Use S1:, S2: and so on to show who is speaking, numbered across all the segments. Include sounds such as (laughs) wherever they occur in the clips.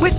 S1: With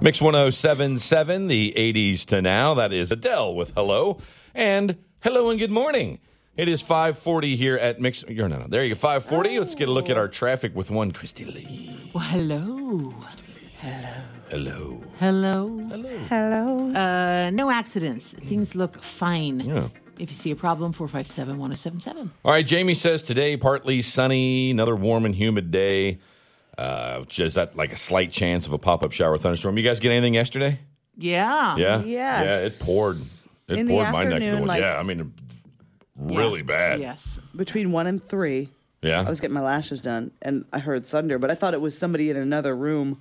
S2: Mix 1077, the 80s to now. That is Adele with Hello and Hello and Good Morning. It is 540 here at Mix. You're no, no. There you go. 540. Let's get a look at our traffic with one Christy Lee.
S3: Well, hello.
S2: Hello.
S3: Hello. Hello. Hello. Uh, no accidents. Things look fine.
S2: Yeah.
S3: If you see a problem, 457 1077.
S2: All right, Jamie says today partly sunny, another warm and humid day. Uh, which is that like a slight chance of a pop up shower or thunderstorm? You guys get anything yesterday?
S3: Yeah.
S2: Yeah.
S4: yes.
S2: Yeah, it poured. It
S4: In the
S2: poured my neck. of the
S4: afternoon,
S2: woods.
S4: like-
S2: yeah, I mean, really bad.
S3: Yes.
S4: Between one and three, I
S2: Yeah.
S4: was getting my lashes done, and I heard thunder, but I thought it was somebody in another room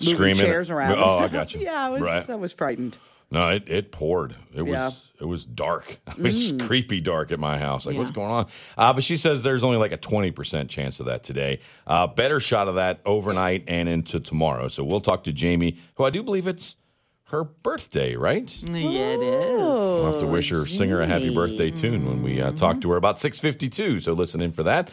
S4: moving
S2: Screaming.
S4: chairs around. and
S2: Oh, I
S4: stuff.
S2: got you.
S4: (laughs) Yeah, I was.
S2: Right.
S4: I was frightened.
S2: No, it, it poured. It
S4: Yeah. Mm.
S2: was it was dark. (laughs) It was creepy dark at my house. Like what's going on? Uh, but she says there's only like a twenty percent chance of that today. Uh, better shot of that overnight and into tomorrow. So we'll talk to Jamie, who I do believe it's her birthday, right?
S3: Yeah, it is.
S2: We'll have to wish her singer a happy birthday tune when we
S3: Mm-hmm.
S2: uh, talk to her about 6:52. So listen in for that.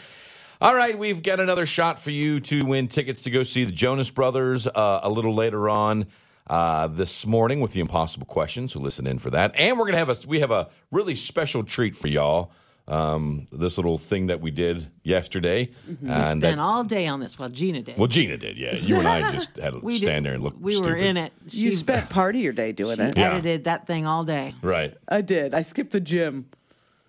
S2: All right, we've got another shot for you to win tickets to go see the Jonas Brothers uh, a little later on uh, this morning with the Impossible Question. So listen in for that, and we're gonna have a we have a really special treat for y'all. Um, this little thing that we did yesterday, and that-
S3: Been Mm-hmm. all day on this while Gina did.
S2: well, Gina did. Yeah, you and
S3: (laughs)
S2: I just had to
S3: We did-
S2: stand there and look.
S3: We were
S2: stupid.
S3: in it. She
S4: You (laughs) spent part of your day doing it.
S2: Yeah.
S3: edited that thing all day.
S2: right.
S4: I did. I skipped the gym.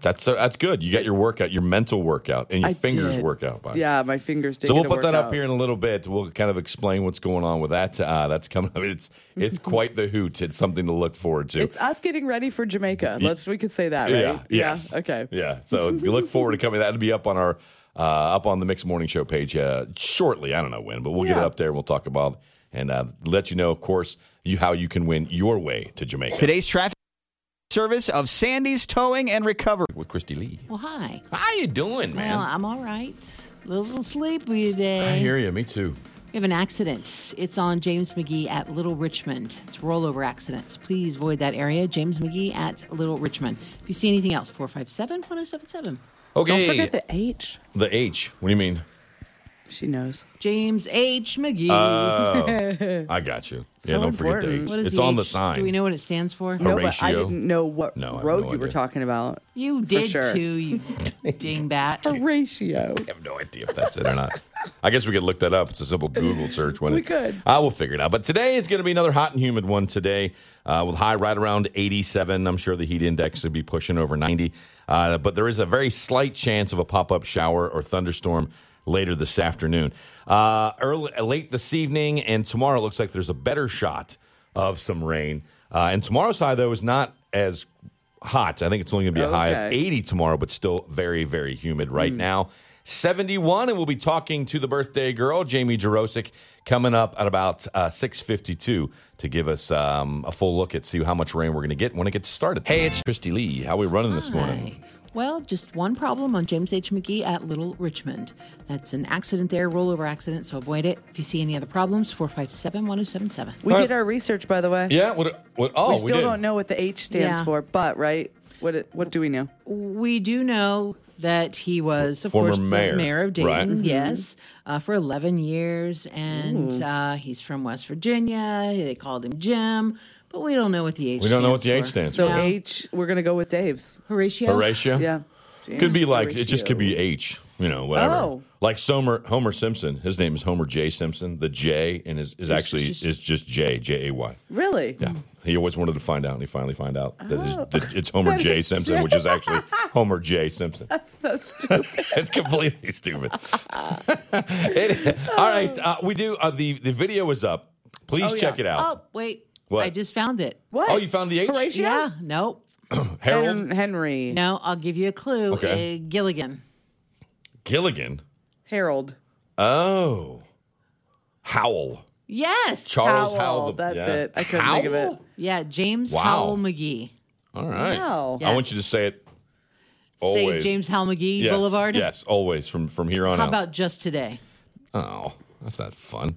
S2: That's that's good. You got your workout, your mental workout, and your
S4: I
S2: fingers
S4: did.
S2: workout. By
S4: Yeah, my fingers did.
S2: So we'll
S4: get a
S2: put that up
S4: workout.
S2: here in a little bit. We'll kind of explain what's going on with that. Uh, that's coming up. It's
S4: (laughs)
S2: it's quite the hoot. It's something to look forward to.
S4: It's us getting ready for Jamaica. Let's we could say that, right?
S2: Yeah. Yes.
S4: Okay.
S2: Yeah. So you look forward to coming. That'll be up on our uh, up on the Mix Morning Show page uh, shortly. I don't know when, but we'll get it
S4: Yeah.
S2: up there. We'll talk about it and uh, let you know, of course, you how you can win your way to Jamaica
S5: Today's traffic service of Sandy's Towing and Recovery.
S2: with Christy Lee.
S3: Well, hi.
S2: How you doing, man?
S3: Well, I'm all right. A little sleepy today.
S2: I hear you. Me too.
S3: We have an accident. It's on James McGee at Little Richmond. It's rollover accidents. Please avoid that area. James McGee at Little Richmond. If you see anything else, 457 1077.
S2: Okay.
S4: Don't forget the H.
S2: the H. What do you mean?
S4: She knows.
S3: James H. McGee.
S2: I got you.
S4: So
S2: yeah. Don't forget the
S4: important.
S2: H.
S3: what is
S2: Uh, it's
S3: the
S2: on
S3: H?
S2: the sign.
S3: Do we know what it stands for?
S2: No.
S4: No, but I
S2: Horatio?
S4: didn't know what
S2: No, I have
S4: road
S2: no
S4: you were
S2: idea.
S4: talking about.
S3: You did
S4: sure.
S3: too, you (laughs) dingbat.
S4: Horatio.
S2: I have no idea if that's it or not. I guess we could look that up. It's a simple Google search. When
S4: (laughs) We
S2: it,
S4: could.
S2: I will figure it out. But today is going to be another hot and humid one today uh, with high right around 87. I'm sure the heat index will be pushing over 90. Uh, but there is a very slight chance of a pop up shower or thunderstorm later this afternoon. Uh, early, late this evening and tomorrow, it looks like there's a better shot of some rain. Uh, and tomorrow's high, though, is not as hot. I think it's only going to be a high of
S4: Okay. Hmm.
S2: 80 tomorrow, but still very, very humid right now. 71, and we'll be talking to the birthday girl, Jamie Jarosik, coming up at about uh, 6.52 to give us um, a full look at see how much rain we're going to get when it gets started. Hey, it's Christy Lee. How we running this morning?
S3: Well, just one problem on James H. McGee at Little Richmond. That's an accident there, rollover accident, so avoid it. If you see any other problems, 457 1077.
S4: We did our research, by the way.
S2: Yeah, what, what, oh,
S4: we still
S2: did.
S4: don't know what the H stands
S3: Yeah.
S4: for, but right? What it- what do we know?
S3: We do know that he was, of
S2: Former
S3: course,
S2: mayor,
S3: the mayor of Dayton,
S2: right? Mhm.
S3: yes, uh, for 11 years. And uh, he's from West Virginia. They called him Jim, but we don't know what the H
S2: We
S3: stands
S2: don't know what the H
S3: for.
S2: stands
S4: So
S3: Yeah.
S4: H, we're gonna go with Dave's.
S3: Horatio?
S2: Horatio?
S4: Yeah. James
S2: Could be like, it
S4: Horatio.
S2: just could be H, you know, whatever.
S4: Oh.
S2: Like Somer, Homer Simpson. His name is Homer J. Simpson. The J and is, is actually is just J, J A Y.
S4: Really?
S2: Yeah. He always wanted to find out, and he finally found out that
S4: Oh.
S2: it's, that it's Homer
S4: That (laughs)
S2: J.
S4: is
S2: Simpson,
S4: Jay.
S2: which is actually Homer J.
S4: (laughs)
S2: Simpson.
S4: So
S2: (laughs) Oh,
S4: stupid.
S2: it's completely stupid. (laughs) It- all right, uh, we do. Uh, the the video is up. Please check it out.
S3: Oh, wait.
S2: What?
S3: I just found it.
S4: What?
S2: Oh, you found the H?
S4: Horatio?
S3: Yeah, nope.
S4: Oh,
S2: Harold
S4: Hen- Henry.
S3: No, I'll give you a clue.
S2: Okay.
S3: Uh, Gilligan.
S2: Gilligan.
S4: Harold.
S2: Oh, Howell.
S3: Yes.
S2: Charles
S4: Howell,
S2: Howell. the-
S4: that's
S2: yeah.
S4: it. I couldn't think of it.
S2: Howell?
S3: Yeah, James
S2: Wow.
S3: Howell McGee.
S2: All right.
S4: Wow.
S2: I want you to say it always.
S3: Say James Howell McGee
S2: yes.
S3: Boulevard.
S2: Yes, always from from here on
S3: How
S2: out.
S3: about just today?
S2: oh, that's not fun.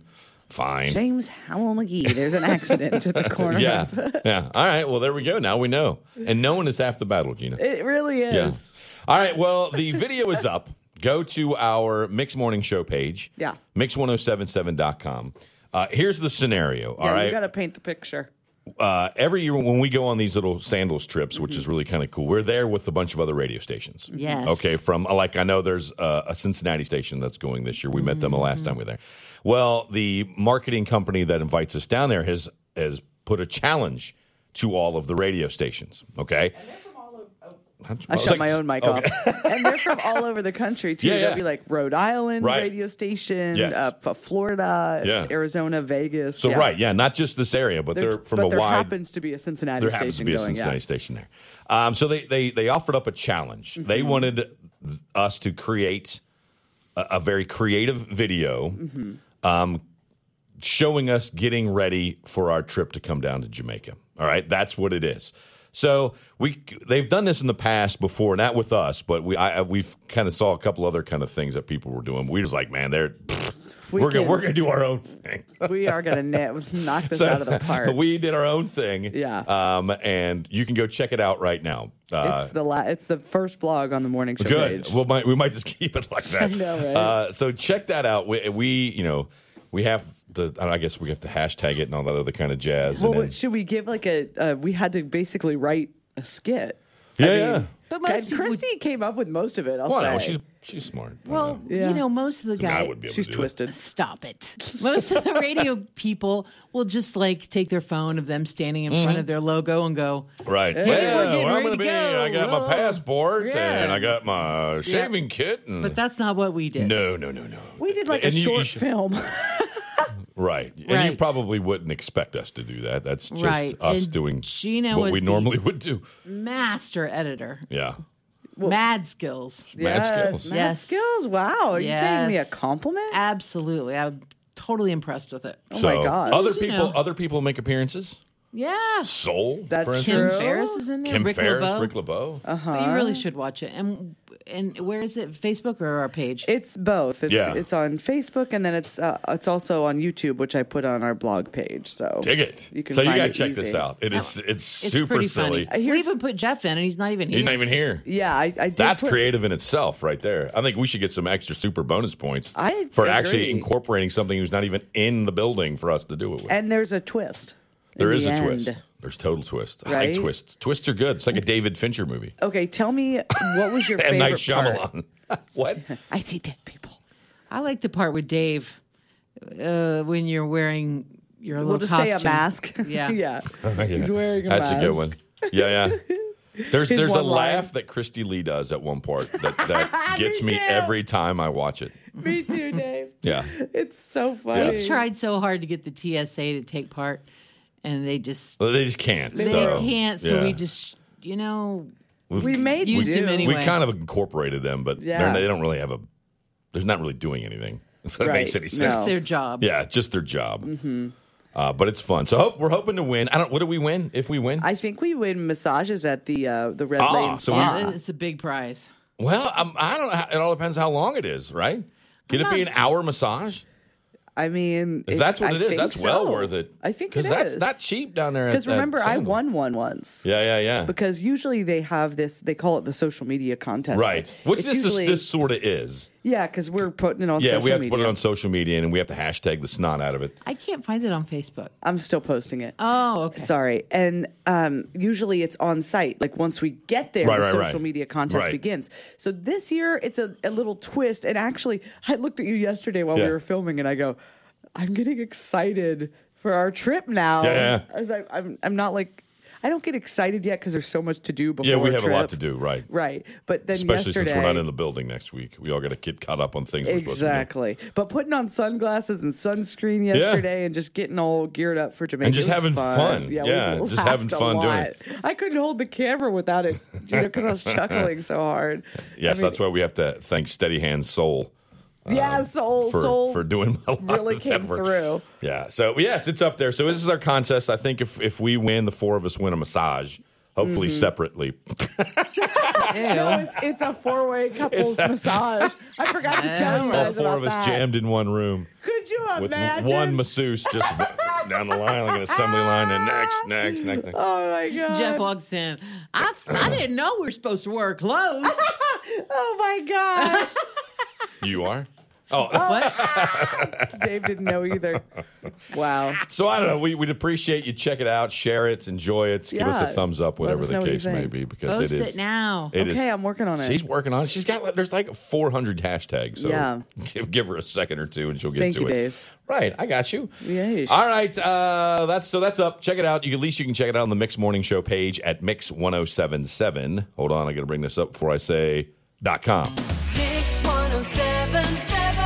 S2: Fine.
S4: James Howell McGee. There's an accident
S2: (laughs)
S4: at the corner. (laughs)
S2: yeah.
S4: of-
S2: yeah. All right. Well, there we go. Now we know. And knowing is half the battle, Gina.
S4: It really is.
S2: Yeah. All right. Well, the video is up. Go to our Mix Morning Show page.
S4: Yeah.
S2: Mix1077.com. Uh, here's the scenario. All
S4: Yeah,
S2: right.
S4: you got to paint the picture.
S2: uh, every year when we go on these little sandals trips, which is
S4: Mm-hmm.
S2: really kind of cool, we're there with a bunch of other radio stations.
S3: Yes.
S2: Okay. From uh, like I know there's a, a Cincinnati station that's going this year. We met them the
S4: Mm-hmm.
S2: last time we were there. Well, the marketing company that invites us down there has has put a challenge to all of the radio stations. Okay. That's-
S4: I
S2: was
S4: shut
S2: like-
S4: my own mic
S2: okay.
S4: off. and they're from all over the country too.
S2: Yeah, yeah.
S4: They'll be like Rhode Island
S2: Right.
S4: radio station,
S2: Yes.
S4: uh, F- Florida,
S2: Yeah.
S4: Arizona, Vegas.
S2: So right, yeah, not just this area, but
S4: There-
S2: they're from
S4: but
S2: a
S4: there
S2: wide.
S4: happens to be a Cincinnati
S2: there
S4: station
S2: happens to be a
S4: going.
S2: Cincinnati
S4: yeah.
S2: station there. Um, so they they they offered up a challenge. They
S4: Mm-hmm.
S2: wanted us to create a, a very creative video,
S4: Mm-hmm.
S2: um, showing us getting ready for our trip to come down to Jamaica. All right, that's what it is. So we they've done this in the past before, not with us, but we I, I- we've kind of saw a couple other kind of things that people were doing. We was like, man, they're we
S4: We
S2: are gonna
S4: can-
S2: we're gonna do our own thing.
S4: (laughs) we are going to na- (laughs) knock this
S2: So,
S4: out
S2: (laughs)
S4: of the park.
S2: We did our own thing.
S4: Yeah.
S2: Um, and you can go check it out right now. Uh,
S4: it's the la- it's the first blog on the morning show
S2: good.
S4: page.
S2: Well, might, we might just (laughs) keep it like that.
S4: (laughs) I know, right?
S2: Uh, so check that out. We, we, you know, we have to. I guess we have to hashtag it and all that other kind of jazz. and
S4: Well,
S2: then-
S4: what, should we give like a? Uh, we had to basically write a skit.
S2: yeah,
S4: I
S2: yeah.
S4: mean,
S3: But most
S4: and
S3: people
S4: Christy came up with most of it. I'll
S2: Well,
S4: say
S2: no, she's she's smart.
S3: Well,
S4: Yeah.
S3: you know, most of the
S2: I, mean, I
S3: guys.
S2: would be able
S4: she's
S2: to do it.
S4: twisted.
S3: Stop it. Most of the radio people will just like take their phone of them standing in
S2: Mm-hmm.
S3: front of their logo and go,
S2: Right.
S3: we're getting
S2: where I'm
S3: ready
S2: gonna
S3: to
S2: be.
S3: go.
S2: I got my
S3: Whoa.
S2: passport
S3: Yeah.
S2: and I got my shaving kit. And
S3: but that's not what we did.
S2: no, no, no, no.
S4: We did like
S2: And
S4: a
S2: you- you
S4: short
S2: should-
S4: film. (laughs)
S2: Right. And you
S3: Right.
S2: probably wouldn't expect us to do that. That's just
S3: Right.
S2: us
S3: And
S2: doing
S3: Gina
S2: what
S3: was
S2: we
S3: the-
S2: normally would do.
S3: Master editor,
S2: Yeah.
S3: mad skills.
S2: Mad skills.
S4: Mad
S3: Yes.
S4: skills. Wow. Are you gave me a
S3: Yes.
S4: compliment.
S3: Absolutely. I'm totally impressed with it.
S4: oh my gosh.
S2: Other
S3: Did you
S2: people
S3: know?
S2: other people make appearances.
S3: Yeah.
S2: Soul.
S4: That's
S2: for
S4: true. Uh, Uh-huh.
S3: Kim
S2: instance.
S3: Ferris is in there.
S2: Kim
S3: Rick
S2: Ferris,
S3: LeBeau.
S2: Rick LeBeau.
S3: But you really should watch it. And and where is it? Facebook or our page?
S4: It's both. It's,
S2: Yeah.
S4: it's on Facebook and then it's uh, it's also on YouTube, which I put on our blog page. So
S2: Dig it.
S4: You can
S2: so you
S4: find
S2: gotta
S4: it
S2: check
S4: easy.
S2: this out. It is it's,
S3: it's
S2: super
S3: pretty
S2: silly.
S3: funny. We
S4: Uh, Here's-
S3: even put Jeff in, and he's not even here.
S2: He's not even here.
S4: Yeah, I, I did
S2: That's
S4: put-
S2: creative in itself right there. I think we should get some extra super bonus points
S4: I
S2: for actually
S4: agree.
S2: incorporating something who's not even in the building for us to do it with.
S4: And there's a twist. in
S2: there
S4: the
S2: is a
S4: end.
S2: twist. There's total twist. I
S4: Right?
S2: like twists. Twists are good. It's like a David Fincher movie.
S4: Okay, tell me what was
S2: (laughs)
S4: your
S2: M.
S4: favorite
S2: Night
S4: part? (laughs)
S2: Shyamalan. what? (laughs)
S4: I see dead people.
S3: I like the part with Dave uh, when you're wearing your little
S4: We'll just
S3: costume.
S4: say a mask. (laughs)
S3: Yeah.
S4: yeah.
S2: He's
S4: wearing a
S2: That's a good
S4: mask.
S2: one. Yeah,
S4: (laughs)
S2: yeah. There's there's a
S4: one line.
S2: laugh that Christy Lee does at one part
S4: (laughs)
S2: that, that gets me
S4: too.
S2: every time I watch it.
S4: Me too, Dave.
S2: Yeah.
S4: It's so funny.
S2: Yeah.
S3: tried so hard to get the TSA to take part, and they just
S2: Well, They just can't.
S3: they
S2: so,
S3: can't. So we
S2: yeah.
S3: just you know
S2: We've-
S4: We made
S3: Used
S4: do.
S3: him
S2: we
S3: anyway.
S2: kind of incorporated them, but they're
S4: Yeah.
S2: not- they don't really have a. They're not really doing anything. (laughs) If that
S4: Right.
S2: makes any
S4: No. Mm-hmm.
S2: sense.
S3: it's their job.
S2: Yeah, just their job. Uh, but it's fun. So hope, we're hoping to win. I don't. What do we win if we win?
S4: I think we win massages at the uh, the Red
S2: Ah,
S4: Lane
S2: so we-
S4: Spa.
S3: Yeah, it's a big prize.
S2: well, I'm, I don't. know. It all depends how long it is, right? Could it be an hour massage?
S4: I mean,
S2: If
S4: it-
S2: that's what
S4: I
S2: it is,
S4: think
S2: that's well
S4: so.
S2: worth it.
S4: I think it is.
S2: that's not cheap down there. at-
S4: Because
S2: at
S4: remember, I
S2: Sandal.
S4: won one once.
S2: Yeah, yeah, yeah.
S4: Because usually they have this, they call it the social media contest.
S2: right. Which
S4: It's
S2: this
S4: usually-
S2: is, this sort of is.
S4: Yeah, because we're putting it on
S2: Yeah,
S4: social
S2: we have
S4: media.
S2: to put it on social media and we have to hashtag the snot out of it.
S3: I can't find it on Facebook.
S4: I'm still posting it.
S3: Oh, okay.
S4: Sorry. And um, usually it's on site. Like once we get there,
S2: Right,
S4: the
S2: right,
S4: social
S2: right.
S4: media contest
S2: Right.
S4: begins. So this year it's a, a little twist. And actually, I looked at you yesterday while
S2: Yeah.
S4: we were filming and I go, I'm getting excited for our trip now.
S2: Yeah, yeah.
S4: I was like, I'm, I'm not like, I don't get excited yet because there's so much to do before
S2: Yeah, we
S4: a
S2: have a lot
S4: trip.
S2: to do, right?
S4: Right. But then
S2: Especially
S4: yesterday,
S2: since we're not in the building next week. We all got to get caught up on things we're supposed to do.
S4: Exactly. But putting on sunglasses and sunscreen yesterday and just getting all geared up for Jamaica.
S2: And just
S4: it was
S2: having fun.
S4: we
S2: Yeah, just
S4: laughed
S2: having
S4: a
S2: fun doing
S4: lot.
S2: it.
S4: I couldn't hold the camera without it,
S2: (laughs)
S4: you know, because I was chuckling so hard.
S2: Yes,
S4: I mean,
S2: that's why we have to thank Steady Hand Soul
S4: yeah, soul,
S2: for,
S4: soul
S2: for doing (laughs) a lot
S4: really
S2: of
S4: came
S2: that work.
S4: through.
S2: Yeah. So yes, it's up there. So this is our contest. I think if if we win, the four of us win a massage. Hopefully
S4: Mm-hmm.
S2: separately.
S4: No, it's, it's a four way couples massage. I forgot to tell you
S2: (laughs)
S4: guys
S2: All four
S4: about
S2: of us
S4: that.
S2: jammed in one room
S4: Could you
S2: with
S4: imagine?
S2: one masseuse just down the line like an assembly line and next, next, next, next.
S4: Oh my god!
S3: Jeff walks in. I, I didn't know we were supposed to wear clothes.
S4: Oh my god!
S2: (laughs) You are? Oh,
S4: Uh, Dave didn't
S2: (laughs)
S4: know either. Wow.
S2: so I don't know. We, we'd appreciate you check it out, share it, enjoy it, give us
S4: Yeah.
S2: a thumbs up,
S4: Let
S2: whatever
S4: us
S2: the
S4: know what you
S2: case may
S4: think.
S2: be, because
S3: (laughs) Post
S2: it
S3: it,
S2: is.
S3: now.
S2: it is-
S4: okay, I'm working on it.
S2: She's working on it. She's got like, there's like 400 hashtags. So
S4: Yeah.
S2: (laughs) give, give her a second or two and she'll get
S4: Thank
S2: to
S4: you,
S2: it.
S4: Dave.
S2: Right, I got you.
S4: Yes.
S2: All right, uh, that's so that's up. Check it out. You, at least you can check it out on the Mix Morning Show page at Mix 1077. Hold on, I got to bring this up before I say dot .com.
S6: Mix 1077,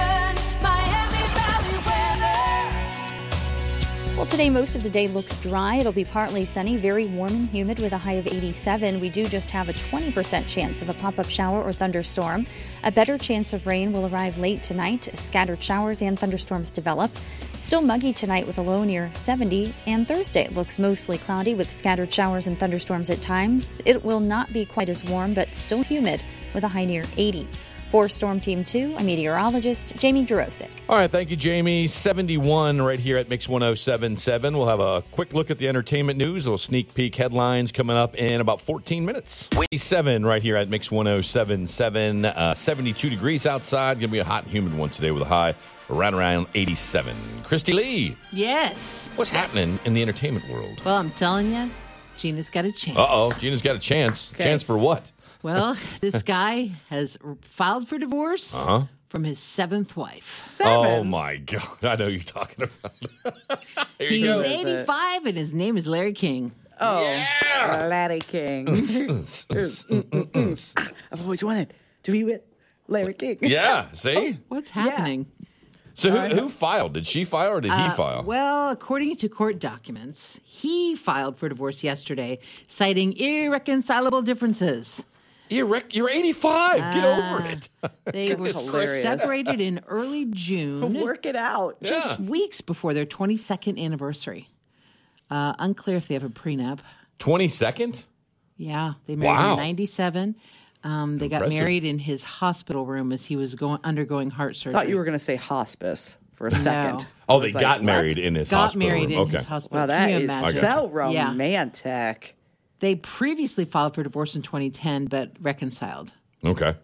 S6: Miami Valley weather.
S7: Well, today most of the day looks dry. It'll be partly sunny, very warm and humid with a high of 87. We do just have a 20% chance of a pop up shower or thunderstorm. A better chance of rain will arrive late tonight. Scattered showers and thunderstorms develop. Still muggy tonight with a low near 70. And Thursday it looks mostly cloudy with scattered showers and thunderstorms at times. It will not be quite as warm, but still humid with a high near 80. For Storm Team 2, I'm meteorologist Jamie Jurosic.
S2: All right, thank you, Jamie. 71 right here at Mix 1077. We'll have a quick look at the entertainment news, a little sneak peek headlines coming up in about 14 minutes. 27 right here at Mix 1077. Uh, 72 degrees outside. Going to be a hot and humid one today with a high around around 87. Christy Lee,
S3: Yes.
S2: what's happening in the entertainment world?
S3: Well, I'm telling you, Gina's got a chance.
S2: Uh oh, Gina's got a chance. Chance for what? (laughs)
S3: Well, this guy has r- filed for divorce
S2: Uh-huh.
S3: from his seventh wife.
S2: Oh my God. I know you're talking about. (laughs) Here you
S3: He's
S2: go.
S3: 85 and his name is Larry King.
S4: Oh,
S2: (laughs)
S4: Larry King. (laughs) I've always wanted to be with Larry King.
S2: Yeah, see?
S3: What's happening?
S2: So who, who filed? Did she file or did he file?
S3: Uh, Well, according to court documents, he filed for divorce yesterday, citing irreconcilable differences.
S2: You're, rec- you're 85. Get over it.
S3: uh,
S2: (laughs)
S3: They were
S4: hilarious.
S3: separated in early June.
S4: (laughs) Work it out.
S3: just weeks before their 22nd anniversary. Uh, unclear if they have a prenup.
S2: 22nd?
S3: Yeah, they married
S2: Wow.
S3: in 97. Um, they got
S2: Impressive.
S3: married in his hospital room as he was going undergoing heart surgery.
S4: Thought you were going to say hospice for a second.
S2: Oh,
S4: I
S2: they
S4: was like,
S2: got
S4: what?
S2: married in his
S3: got
S2: hospital
S3: married
S2: room.
S3: in
S2: okay.
S3: his hospital. Can
S4: Wow, that
S3: you
S4: is
S3: imagine?
S4: so
S3: Yeah.
S4: romantic.
S3: They previously filed for divorce in 2010, but reconciled.
S2: Okay.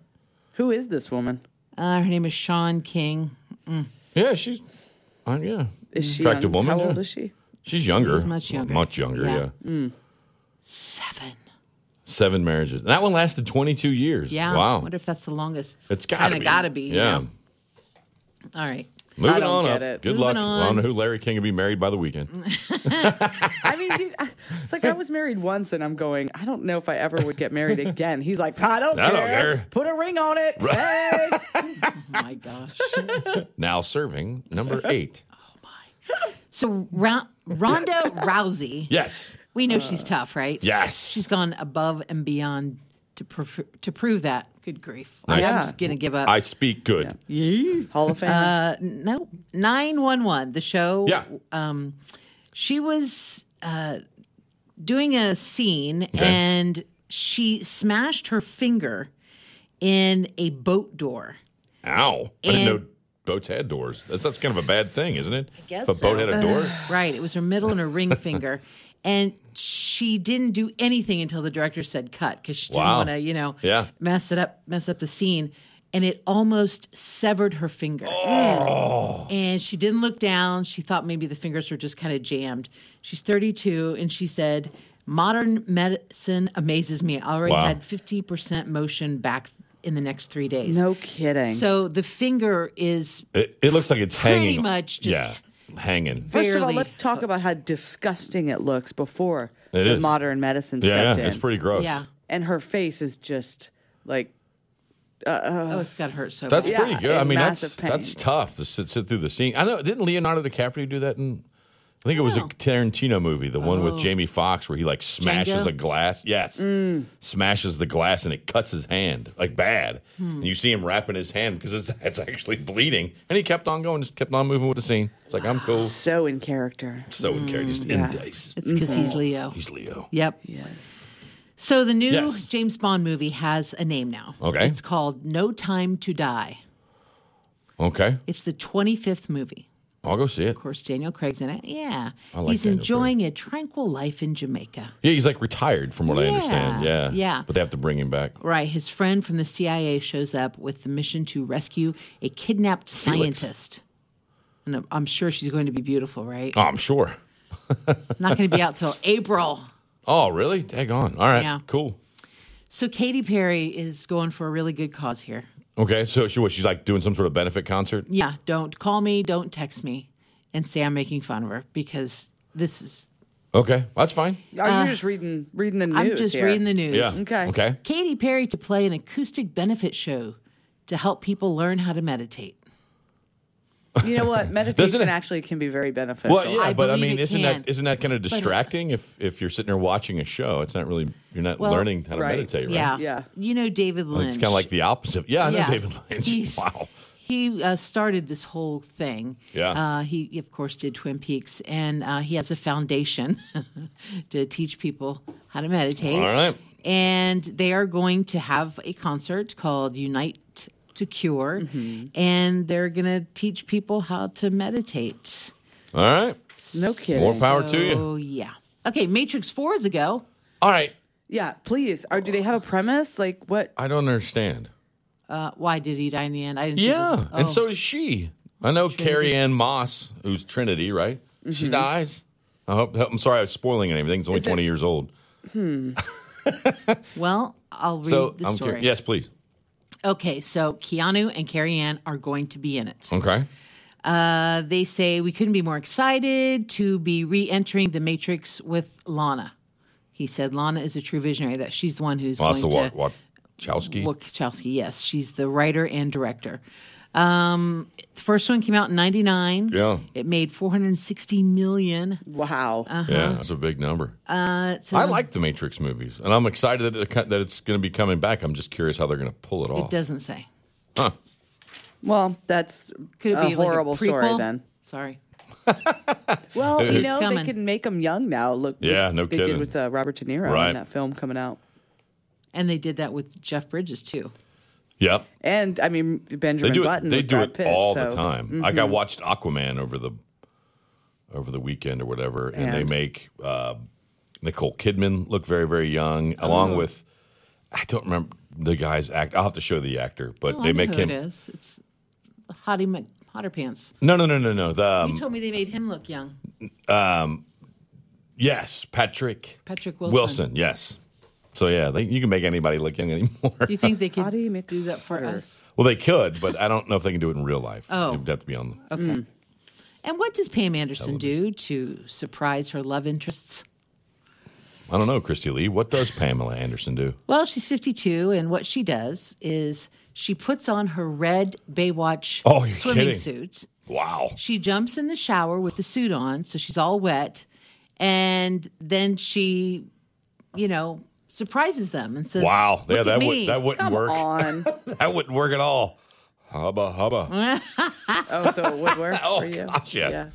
S4: Who is this woman?
S3: Uh, her name is Sean King.
S2: Yeah, she's uh, yeah.
S4: Is she
S2: Attractive
S4: young?
S2: woman,
S4: Um, How
S2: yeah.
S4: old is she?
S2: She's younger.
S3: Much younger.
S2: Much younger, yeah.
S3: Yeah. Mm. Seven.
S2: Seven marriages. And that one lasted 22 years.
S3: Yeah.
S2: Wow.
S3: wonder if that's the longest.
S2: it's got to
S3: Kinda gotta be. you
S2: Yeah.
S3: know? All right.
S2: Moving
S4: I don't
S2: on
S4: get
S2: up.
S4: it.
S2: Good
S3: Moving
S2: luck. Well, I don't
S3: on.
S2: know who Larry King will be married by the weekend.
S3: (laughs)
S4: I mean, you- it's like I was married once, and I'm going. I don't know if I ever would get married again. He's like, I don't,
S2: (laughs) I
S4: care.
S2: don't care.
S4: Put a ring on it. Hey.
S3: Oh (laughs) my gosh.
S2: now serving number eight.
S3: So Ra- Ronda Rousey.
S2: Yes.
S3: We know she's tough, right?
S2: Yes.
S3: She's gone above and beyond to prov- to prove that. Good grief.
S2: (laughs) Nice.
S3: I'm
S2: Yeah.
S3: just going to give up.
S2: I speak good.
S4: Hall of Fame.
S3: uh, no. 911, the show.
S2: Yeah.
S3: Um, she was uh, doing a scene
S2: Okay.
S3: and she smashed her finger in a boat door.
S2: Ow. I didn't
S3: And-
S2: know boats had doors. That's, that's kind of a bad thing, isn't it? I
S3: guess
S2: if a boat
S3: so.
S2: had a door.
S3: Right. It was her middle and
S2: (laughs)
S3: her ring finger. And she didn't do anything until the director said cut because she didn't
S2: Wow.
S3: want to, you know,
S2: Yeah.
S3: mess it up, mess up the scene. And it almost severed her finger.
S2: Oh.
S3: And she didn't look down. She thought maybe the fingers were just kind of jammed. She's 32 and she said, Modern medicine amazes me. I already
S2: Wow.
S3: had 50% motion back in the next three days.
S4: no kidding.
S3: So the finger is
S2: It, it looks like it's
S3: Pretty
S2: hanging.
S3: much just-
S2: yeah, hanging.
S4: First of all,
S3: barely
S4: let's talk about how disgusting it looks before
S2: It
S4: the
S2: is.
S4: modern medicine
S2: Yeah,
S4: stepped
S2: yeah,
S4: in.
S2: it's pretty gross.
S3: yeah.
S4: and her face is just like
S3: Oh, it's got to hurt so bad.
S2: That's
S4: Yeah,
S2: pretty good. I
S4: in
S2: mean, that's
S4: massive pain.
S2: that's tough to sit, sit through the scene. I know. Didn't Leonardo DiCaprio do that in I think it was a
S3: Oh.
S2: Tarantino movie, the one with Jamie Foxx where he like smashes
S3: Django?
S2: a glass. Yes.
S4: Mm.
S2: Smashes the glass and it cuts his hand, like bad.
S3: Hmm.
S2: And you see him wrapping his hand because it's, it's actually bleeding. And he kept on going, just kept on moving with the scene. It's like, I'm cool.
S4: So in character.
S2: So in character. Just in dice.
S3: Mm, It's because
S4: Mm-hmm.
S3: he's Leo.
S2: He's Leo.
S3: Yep.
S4: Yes.
S3: So the new
S2: Yes.
S3: James Bond movie has a name now.
S2: Okay.
S3: It's called No Time to Die.
S2: Okay.
S3: It's the 25th movie.
S2: I'll go see it.
S3: Of course, Daniel Craig's in it. Yeah.
S2: I like
S3: He's
S2: Daniel
S3: enjoying a tranquil life in Jamaica.
S2: Yeah, he's like retired from what I understand.
S3: Yeah,
S2: Yeah.
S3: yeah.
S2: But they have to bring him back.
S3: Right. His friend from the CIA shows up with the mission to rescue a kidnapped
S2: Felix.
S3: scientist. And I'm- I'm sure she's going to be
S2: (laughs)
S3: beautiful, right?
S2: Oh, I'm sure.
S3: Not going to be out till April.
S2: Oh, really? Dag on. All right.
S3: Yeah.
S2: Cool.
S3: So Katy Perry is going for a really good cause here.
S2: Okay. So she what, she's like doing some sort of benefit concert?
S3: Yeah, don't call me, don't text me, and say I'm making fun of her because this is.
S2: Okay. That's fine.
S4: Are you Oh, just reading reading the news?
S3: Uh, I'm just
S4: here.
S3: reading the news.
S2: Yeah.
S4: Okay.
S2: Okay.
S3: Katy Perry to play an acoustic benefit show to help people learn how to meditate.
S4: You
S3: (laughs)
S4: know what? Meditation
S2: it-
S4: actually can be very beneficial.
S2: Well, yeah,
S3: I
S2: but I
S3: believe
S2: mean,
S3: it
S2: isn't
S3: can.
S2: that isn't that kind of distracting if if you're sitting there watching a show? It's not really you're not
S3: Well,
S2: learning how to
S4: right.
S2: meditate, right?
S3: Yeah.
S4: Yeah.
S3: You know David Lynch.
S2: It's kind of like the opposite. Yeah, I know David Lynch.
S3: He's-
S2: (laughs) wow.
S3: He uh, started this whole thing.
S2: Yeah.
S3: Uh, he, of course, did Twin Peaks, and uh, he has a foundation (laughs) to teach people how to meditate.
S2: All right.
S3: And they are going to have a concert called Unite to Cure,
S4: Mm-hmm.
S3: and they're going to teach people how to meditate.
S2: All right.
S4: no kidding.
S2: More power to you.
S3: Oh, yeah. Okay, Matrix 4 is a go.
S2: All right.
S4: Yeah, please. Or do they have a premise? Like what?
S2: I don't understand.
S3: Uh, why did he die in the end? I didn't see
S2: Yeah,
S3: the-
S2: and
S3: oh.
S2: so does she. I know Carrie Ann Moss, who's Trinity, right?
S3: Mm-hmm.
S2: She dies. I hope. I'm sorry, I was spoiling anything. It's only 20 years old.
S3: Oh, Well, I'll read
S2: So
S3: the
S2: I'm
S3: story.
S2: curious. Yes, please.
S3: Okay, so Keanu and Carrie Ann are going to be in it.
S2: Okay.
S3: Uh, they say we couldn't be more excited to be re-entering the Matrix with Lana. He said Lana is a true visionary; that she's the one who's
S2: Well, that's the
S3: going
S2: Wa-
S3: to
S2: Wa- Wachowski.
S3: Wachowski. Yes, she's the writer and director. Um, first one came out in '99.
S2: Yeah.
S3: it made 460 million.
S4: Wow.
S2: Yeah, that's a big number.
S3: Uh, so
S2: I
S3: the-
S2: like the Matrix movies, and I'm excited that, it, co- that it's going to be coming back. I'm just curious how they're going to pull it off.
S3: It doesn't say.
S2: Huh.
S4: Well, that's
S3: Could it
S4: Oh, a
S3: be
S4: horrible
S3: like a
S4: story
S3: prequel?
S4: then.
S3: Sorry.
S4: Well, you
S2: It's
S4: know
S3: coming.
S4: they can make them young now. Look,
S2: Yeah,
S4: what
S2: no
S4: they
S2: kidding.
S4: did with uh, Robert De Niro
S2: Right.
S4: in that film coming out,
S3: And they did that with Jeff Bridges too.
S2: Yep.
S4: and I mean
S2: They
S4: Benjamin
S2: do it.
S4: Button.
S2: They
S4: with
S2: do
S4: Brad
S2: it
S4: Pitt,
S2: all the
S4: so-
S2: time. Like
S3: mm-hmm.
S2: I watched Aquaman over the over the weekend or whatever, and, they
S4: And?
S2: make uh, Nicole Kidman look very very young,
S3: Oh.
S2: along with I don't remember the guy's act. I'll have to show the actor, but
S3: Oh, I
S2: they
S3: know
S2: make
S3: who
S2: him.
S3: It is. It's Hottie Mc- Hotter Pants.
S2: No, no, no, no, no. The
S3: You
S2: um,
S3: told me they made him look young.
S2: yes, Patrick
S3: Patrick Wilson.
S2: Wilson, yes. So yeah, they, you can make anybody look young anymore.
S3: (laughs) Do you think they could
S4: Hottie Mc-
S3: do that for
S4: Hotter.
S3: us?
S2: well, they could, but I don't know if they can do it in real life.
S3: Oh.
S2: it would have to be on. The,
S3: And what does Pam Anderson do to surprise her love interests?
S2: I don't know, Christy Lee. What does Pamela Anderson do?
S3: Well, she's 52, and what she does is she puts on her red Baywatch
S2: Oh, you're
S3: swimming
S2: kidding.
S3: suit.
S2: Wow.
S3: She jumps in the shower with the suit on, so she's all wet. And then she, you know, surprises them and says,
S2: Wow.
S3: Look
S2: yeah,
S3: at
S2: that
S3: me."
S2: would that wouldn't work. (laughs)
S4: On.
S2: That wouldn't work at all. Hubba hubba.
S4: Oh, so it would work
S2: Oh,
S4: for you.
S2: gosh, yes.
S4: Yeah.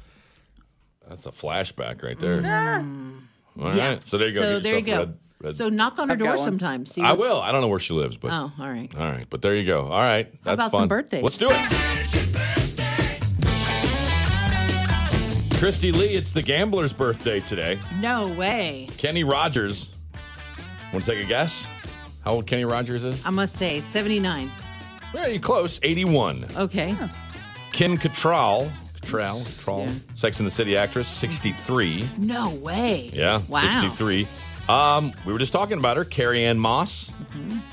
S2: That's a flashback right there. All right.
S3: Mm. Yeah.
S2: So there you go.
S3: So
S2: Get
S3: there you go.
S2: yourself red- red-
S3: So knock on her
S4: I've got
S3: door
S4: one.
S3: sometime. See
S2: I
S3: what's-
S2: will. I don't know where she lives, but
S3: Oh, all right.
S2: all right. But there you go. All right. That's
S3: about some
S2: fun.
S3: birthdays?
S2: Let's do it. Christy Lee, it's the gambler's birthday today.
S3: No way.
S2: Kenny Rogers. Want to take a guess? How old Kenny Rogers is?
S3: I must say, 79.
S2: Yeah, you're close. 81.
S3: Okay.
S2: Kim Cattrall, Cattrall, Cattrall, Sex and the City actress, 63.
S3: No way.
S2: Yeah,
S3: Wow.
S2: 63. Um, we were just talking about her, Carrie Ann Moss,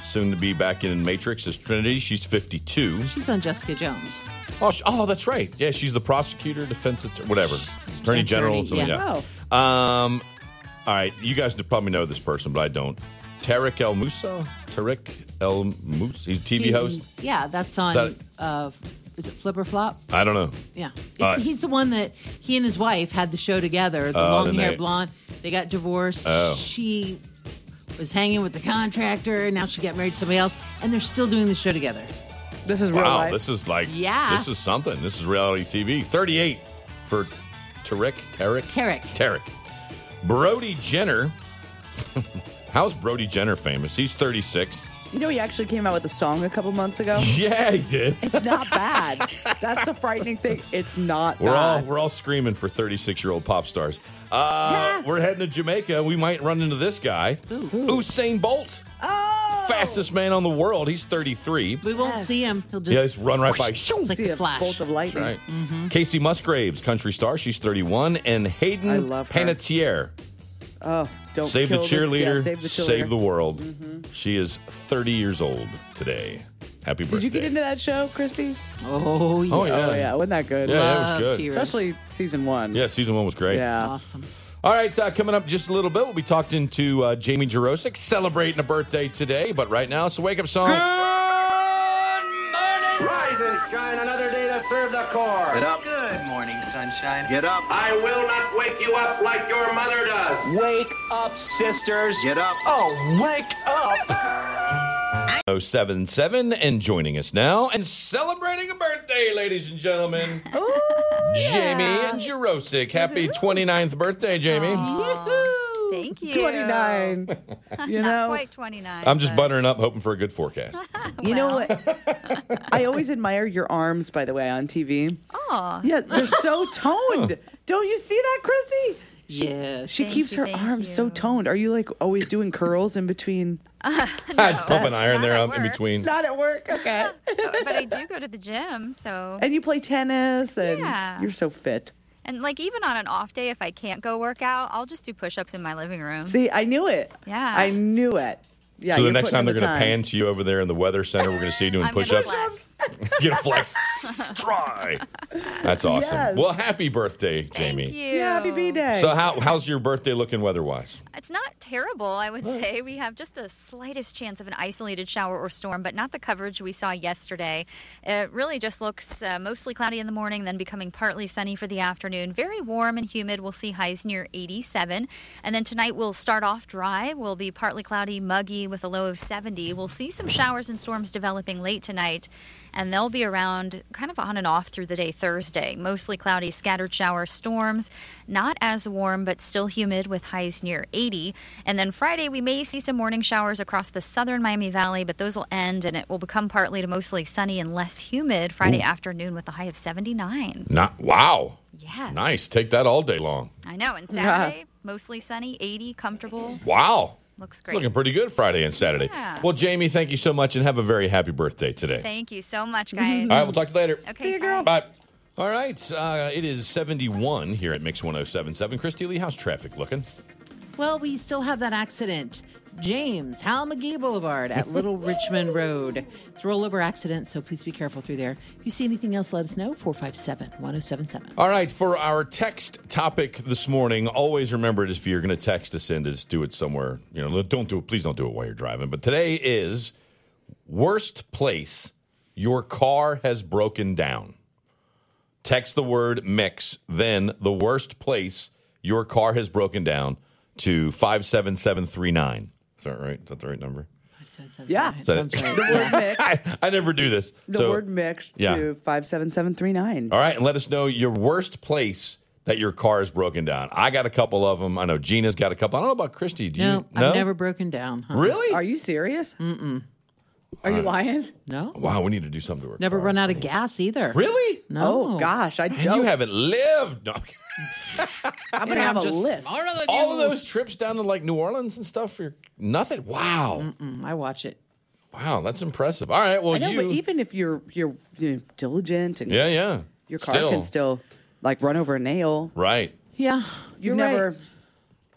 S2: soon to be back in Matrix as Trinity. She's 52.
S3: She's on Jessica Jones.
S2: Oh, she, oh, that's right. Yeah, she's the prosecutor, defense attorney, whatever, attorney
S3: an
S2: general.
S3: attorney, Oh,
S2: something,
S3: yeah.
S2: yeah. Um, all right, you guys probably know this person, but I don't. Tarek El Moussa. Tarek El Moussa. He's a TV host.
S3: Yeah, that's on.
S2: Is that-
S3: uh, Is it Flip or Flop?
S2: I don't know.
S3: Yeah. It's,
S2: All right.
S3: He's the one that he and his wife had the show together, the
S2: Oh,
S3: long
S2: then
S3: hair
S2: they-
S3: blonde. They got divorced.
S2: Oh.
S3: She was hanging with the contractor. Now she got married to somebody else, and they're still doing the show together.
S4: This is real
S2: Wow,
S4: life.
S2: this is like
S3: Yeah.
S2: this is something. This is reality TV. Thirty-eight for Tarek. Tarek.
S3: Tarek.
S2: Tarek. Brody Jenner. (laughs) How's Brody Jenner famous? He's thirty-six.
S4: you know, he actually came out with a song a couple months ago.
S2: (laughs) Yeah, he did.
S4: it's not bad. That's the frightening thing. It's not
S2: We're all
S4: bad.
S2: we're all screaming for 36 year old pop stars. Uh, We're heading to Jamaica. We might run into this guy, Usain Bolt,
S4: oh,
S2: fastest man on the world. He's 33.
S3: We won't see him. He'll
S2: Yeah,
S3: just
S2: just run right by.
S3: it's like
S4: See
S3: the
S4: a
S3: flash.
S4: bolt of lightning.
S2: Right. Casey Musgraves, country star. She's 31, and
S4: Mm-hmm. I
S2: Hayden
S4: love her.
S2: Panettiere,
S4: Oh, don't
S2: save the
S4: kill
S2: cheerleader,
S4: yeah, save the cheerleader. Mm-hmm.
S2: world. She is 30 years old today. Happy birthday!
S4: Did you get into that show, Christy?
S3: oh, yeah.
S2: oh yeah,
S4: Oh yeah, wasn't that good?
S2: Yeah, that was
S3: Love
S2: good.
S3: Tears.
S4: Especially season one.
S2: yeah. Season one was great.
S4: Yeah.
S3: Awesome.
S2: All right, uh, coming up just a little bit, we'll be talking to uh, Jamie Jurosic, celebrating a birthday today. But right now, it's a wake up song.
S8: Rise and shine, another day to serve the Corps. Get up. Good morning, sunshine. Get up. I will not wake you up like your mother does.
S5: Wake up, sisters. Get up.
S8: Oh, wake up.
S2: 077 and joining us now and celebrating a birthday, ladies and
S4: (laughs)
S2: gentlemen.
S4: Oh,
S2: Jamie and Jurosic. Happy 29th birthday, Jamie.
S7: Thank you.
S2: (laughs)
S4: 29. You
S7: Not
S4: know,
S7: quite 29.
S2: I'm just
S7: but-
S2: buttering up, hoping for a good forecast.
S4: you know what? I always admire your arms, by the way, on TV.
S7: Aw.
S4: Yeah, they're so toned. Don't you see that, Christy?
S3: Yeah.
S4: She
S7: Thank
S4: keeps
S7: you,
S4: her
S7: thank
S4: arms so
S7: you.
S4: toned. Are you like always doing curls in between?
S2: I just pump an
S7: Not
S2: iron there
S7: at
S2: um, in
S7: work.
S2: between.
S4: Not at work. (laughs) Okay.
S7: but but I do go to the gym, so
S4: and you play tennis, and
S7: Yeah.
S4: you're so fit.
S7: and like even on an off day, if I can't go work out, I'll just do push-ups in my living room.
S4: See, I knew it.
S7: Yeah.
S4: I knew it. Yeah.
S2: so the
S4: you're
S2: next
S4: putting
S2: time
S4: in
S2: they're
S4: the
S2: going to pan to you over there in the weather center, we're going to see you doing
S7: (laughs) I'm
S2: push
S7: gonna
S2: ups. (laughs)
S7: flex.
S2: Get a flex. Try. That's awesome.
S4: Yes.
S2: Well, happy birthday, Jamie.
S7: Thank you.
S4: Yeah, happy B day.
S2: So how how's your birthday looking weather wise?
S7: It's not terrible, I would say. We have just the slightest chance of an isolated shower or storm, but not the coverage we saw yesterday. It really just looks uh, mostly cloudy in the morning, then becoming partly sunny for the afternoon. Very warm and humid. We'll see highs near 87. And then tonight we'll start off dry. We'll be partly cloudy, muggy with a low of 70. We'll see some showers and storms developing late tonight, and they'll be around kind of on and off through the day Thursday. Mostly cloudy, scattered shower storms, not as warm, but still humid with highs near 80. And then Friday, we may see some morning showers across the southern Miami Valley, but those will end and it will become partly to mostly sunny and less humid Friday afternoon with a high of 79.
S2: Not wow.
S7: Yes.
S2: Nice. Take that all day long.
S7: I know. And Saturday, mostly sunny, 80, comfortable.
S2: Wow.
S7: Looks great.
S2: Looking pretty good Friday and Saturday.
S7: Yeah.
S2: Well, Jamie, thank you so much and have a very happy birthday today.
S7: Thank you so much, guys.
S2: all right, we'll talk to you later.
S7: Okay, See you, girl.
S2: Bye. All right, uh, it is 71 here at Mix 1077. Christy Lee, how's traffic looking?
S3: Well, we still have that accident. James Hal McGee Boulevard
S2: (laughs)
S3: at Little Richmond Road. It's a rollover accident, so please be careful through there. If you see anything else, let us know. 457 1077.
S2: All right, for our text topic this morning, always remember if you're going to text us in, just do it somewhere. You know, don't do it. Please don't do it while you're driving. But today is worst place your car has broken down. Text the word mix, then the worst place your car has broken down to five seven seven three nine. Is that right? Is that the right number? (laughs)
S4: Yeah.
S3: Sounds right. Yeah.
S2: I, I never do this.
S4: the
S2: So-
S4: word mixed
S2: Yeah.
S4: to 57739.
S2: All right, and let us know your worst place that your car is broken down. I got a couple of them. I know Gina's got a couple. I don't know about Christy. Do
S3: No,
S2: you?
S3: I've never broken down. Huh?
S2: Really?
S4: Are you serious? Mm-mm. Are you lying?
S3: No.
S2: wow, we need to do something to her.
S3: Never
S2: car.
S3: run out of gas either.
S2: Oh, Really?
S3: No.
S4: Oh, gosh, I
S2: Man, you
S4: don't.
S2: haven't lived. No.
S4: (laughs) I'm going to have a list.
S2: All of those trips down to like New Orleans and stuff for nothing. Wow.
S3: Mm, I watch it.
S2: Wow, that's impressive. All right, well,
S4: I know,
S2: you.
S4: but even if you're, you're you know, diligent and
S2: yeah, yeah.
S4: your car can still like run over a nail,
S2: Right.
S3: Yeah.
S4: you've
S3: you're
S4: never
S3: right.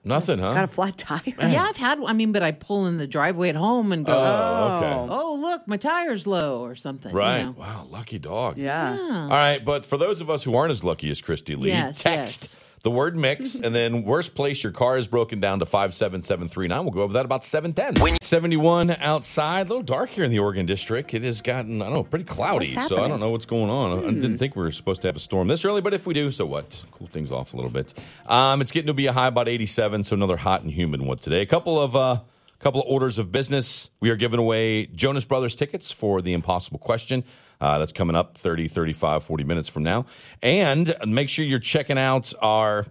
S2: Nothing, huh?
S4: got a flat tire.
S3: Yeah, I've had. I mean, but I pull in the driveway at home and go,
S2: oh, okay.
S3: "Oh, look, my tire's low" or something. you
S2: Right.
S3: know.
S2: Wow, lucky dog.
S4: (laughs) Yeah.
S2: All right, but for those of us who aren't as lucky as Christy Lee,
S3: Yes,
S2: text
S3: yes.
S2: the word mix, and then worst place your car is broken down to 57739. We'll go over that about 710. 71 outside. A little dark here in the Oregon District. It has gotten, I don't know, pretty cloudy.
S9: What's
S2: So I don't
S9: happening?
S2: know what's going on. I
S9: Hmm.
S2: didn't think we were supposed to have a storm this early, but if we do, so what? Cool things off a little bit. Um, it's getting to be a high about 87, so another hot and humid one today. A couple of. Uh, couple of orders of business we are giving away jonas brothers tickets for the impossible question uh, that's coming up 30 35 40 minutes from now and make sure you're checking out our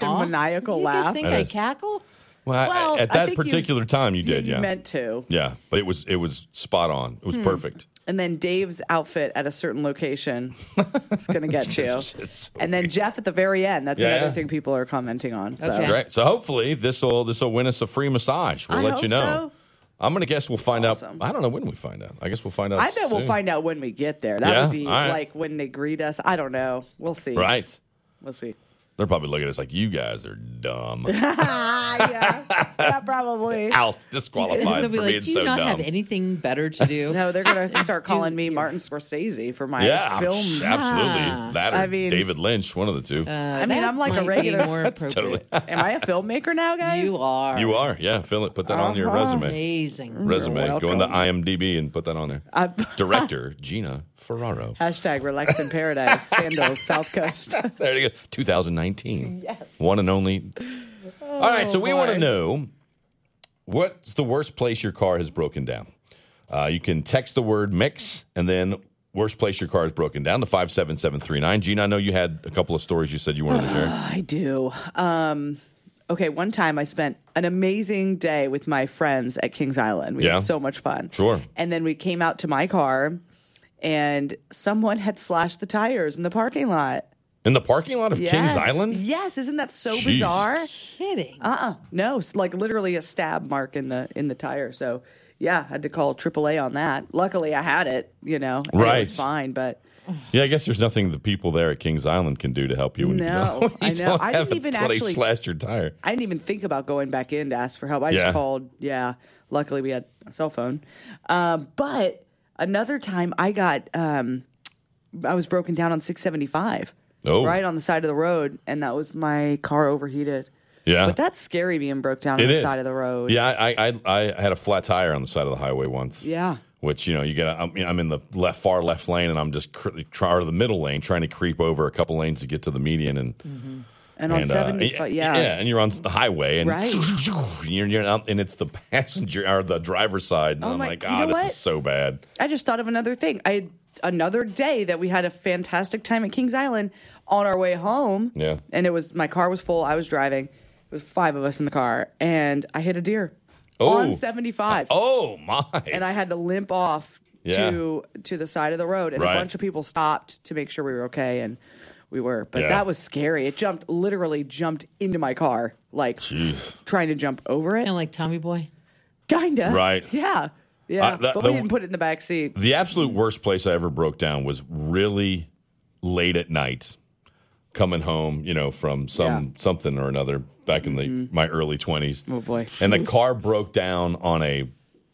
S4: a maniacal
S3: You
S4: laugh.
S3: guys think
S2: That
S3: I
S2: is-
S3: cackle?
S2: (laughs) Well,
S3: Well,
S2: at
S3: I
S2: that
S3: think you-
S2: particular time, you did, yeah.
S4: meant to.
S2: yeah, but it was it was spot on. It was
S4: Hmm.
S2: perfect.
S4: And then Dave's outfit at a
S2: (laughs)
S4: certain location is going to get you. and then Jeff at the very end. That's
S2: Yeah.
S4: another thing people are commenting on. So.
S2: That's great. So hopefully this will this will win us a free massage. We'll
S4: I
S2: let you
S4: hope
S2: know.
S4: so.
S2: I'm gonna guess we'll find out. I don't know when we find out. I guess we'll find out.
S4: I bet we'll
S2: soon.
S4: find out when we get there. That
S2: Yeah?
S4: would be
S2: All right.
S4: like when they greet us. I don't know. We'll see.
S2: Right.
S4: We'll see.
S2: They're probably looking at us like you guys are
S4: (laughs)
S2: dumb.
S4: yeah,
S2: (laughs)
S4: probably.
S2: Out disqualified
S3: They'll
S2: for
S3: be
S2: being
S3: like, do you
S2: so
S3: not
S2: dumb.
S3: have anything better to do?
S4: no, they're
S2: (laughs)
S4: going to start calling me Martin Scorsese for my
S2: yeah,
S4: film.
S2: abs- absolutely. That or
S4: I mean, uh,
S2: David Lynch, one of the two.
S4: I mean, (laughs) I'm like a
S2: (laughs)
S4: regular.
S2: totally.
S4: Am I a filmmaker now, guys? (laughs) You
S3: are.
S2: You are. Yeah, fill it. Put that on your
S4: Uh-huh.
S2: resume.
S3: Amazing.
S2: Resume. Go into IMDb and put that on there.
S4: I- (laughs)
S2: Director Gina Ferraro.
S4: Hashtag relax in paradise, (laughs) sandals, South Coast.
S2: There you go. 2019. One and only. All right, so we
S4: Oh,
S2: want to know what's the worst place your car has broken down. Uh, you can text the word mix and then worst place your car has broken down to 57739. Gina, I know you had a couple of stories you said you wanted to
S4: (sighs)
S2: share.
S4: I do. Um, okay, one time I spent an amazing day with my friends at Kings Island. We
S2: Yeah.
S4: had so much fun.
S2: Sure.
S4: And then we came out to my car, and someone had slashed the tires in the parking lot.
S2: In the parking lot of Kings
S4: Yes.
S2: Island?
S4: Yes, isn't that so
S2: Jeez.
S4: bizarre?
S3: Kidding.
S4: Uh-uh. No, it's like literally a stab mark in the in the tire. So yeah, I had to call AAA on that. Luckily, I had it. You know, and it
S2: Right.
S4: was fine. But
S2: Yeah, I guess there's nothing the people there at Kings Island can do to help you when you,
S4: No,
S2: don't, (laughs)
S4: I
S2: you
S4: know.
S2: don't
S4: I
S2: have
S4: didn't
S2: it
S4: even
S2: until they
S4: actually-
S2: slashed your tire.
S4: I didn't even think about going back in to ask for help. I
S2: Yeah.
S4: just called. Yeah. Luckily, we had a cell phone. Um, but another time, I got um, I was broken down on 675.
S2: Oh.
S4: Right on the side of the road, and that was my car overheated.
S2: Yeah.
S4: But that's scary being broke down
S2: It
S4: on the
S2: is.
S4: side of the road.
S2: Yeah, I, I I I had a flat tire on the side of the highway once.
S4: Yeah.
S2: Which you know you got I'm, I'm in the left far left lane and I'm just cr- try or the middle lane trying to creep over a couple lanes to get to the median and
S4: And on
S2: uh,
S4: 75
S2: y-
S4: yeah.
S2: yeah, and you're on the highway, and
S4: Right.
S2: (laughs) you're, you're out, and it's the passenger or the driver's side, and
S4: Oh
S2: I'm
S4: my-
S2: like,
S4: you
S2: ah,
S4: know
S2: this
S4: what?
S2: is so bad.
S4: I just thought of another thing. I had another day that we had a fantastic time at Kings Island on our way home.
S2: Yeah.
S4: And it was my car was full. I was driving. It was five of us in the car, and I hit a deer
S2: Oh.
S4: on seventy five.
S2: Oh my!
S4: And I had to limp off
S2: Yeah.
S4: to to the side of the road, and
S2: Right.
S4: a bunch of people stopped to make sure we were okay, and we were. But
S2: Yeah.
S4: that was scary. It jumped, literally jumped into my car, like trying to jump over it, and
S3: like Tommy Boy,
S4: kinda,
S2: Right.
S4: Yeah, yeah.
S2: Uh, that-
S4: but we
S2: the-
S4: didn't put it in the back seat.
S2: The absolute worst place I ever broke down was really late at night, coming home, you know, from some something or another back in the my early twenties.
S4: Mm-hmm. Oh boy!
S2: And
S4: (laughs)
S2: the car broke down on a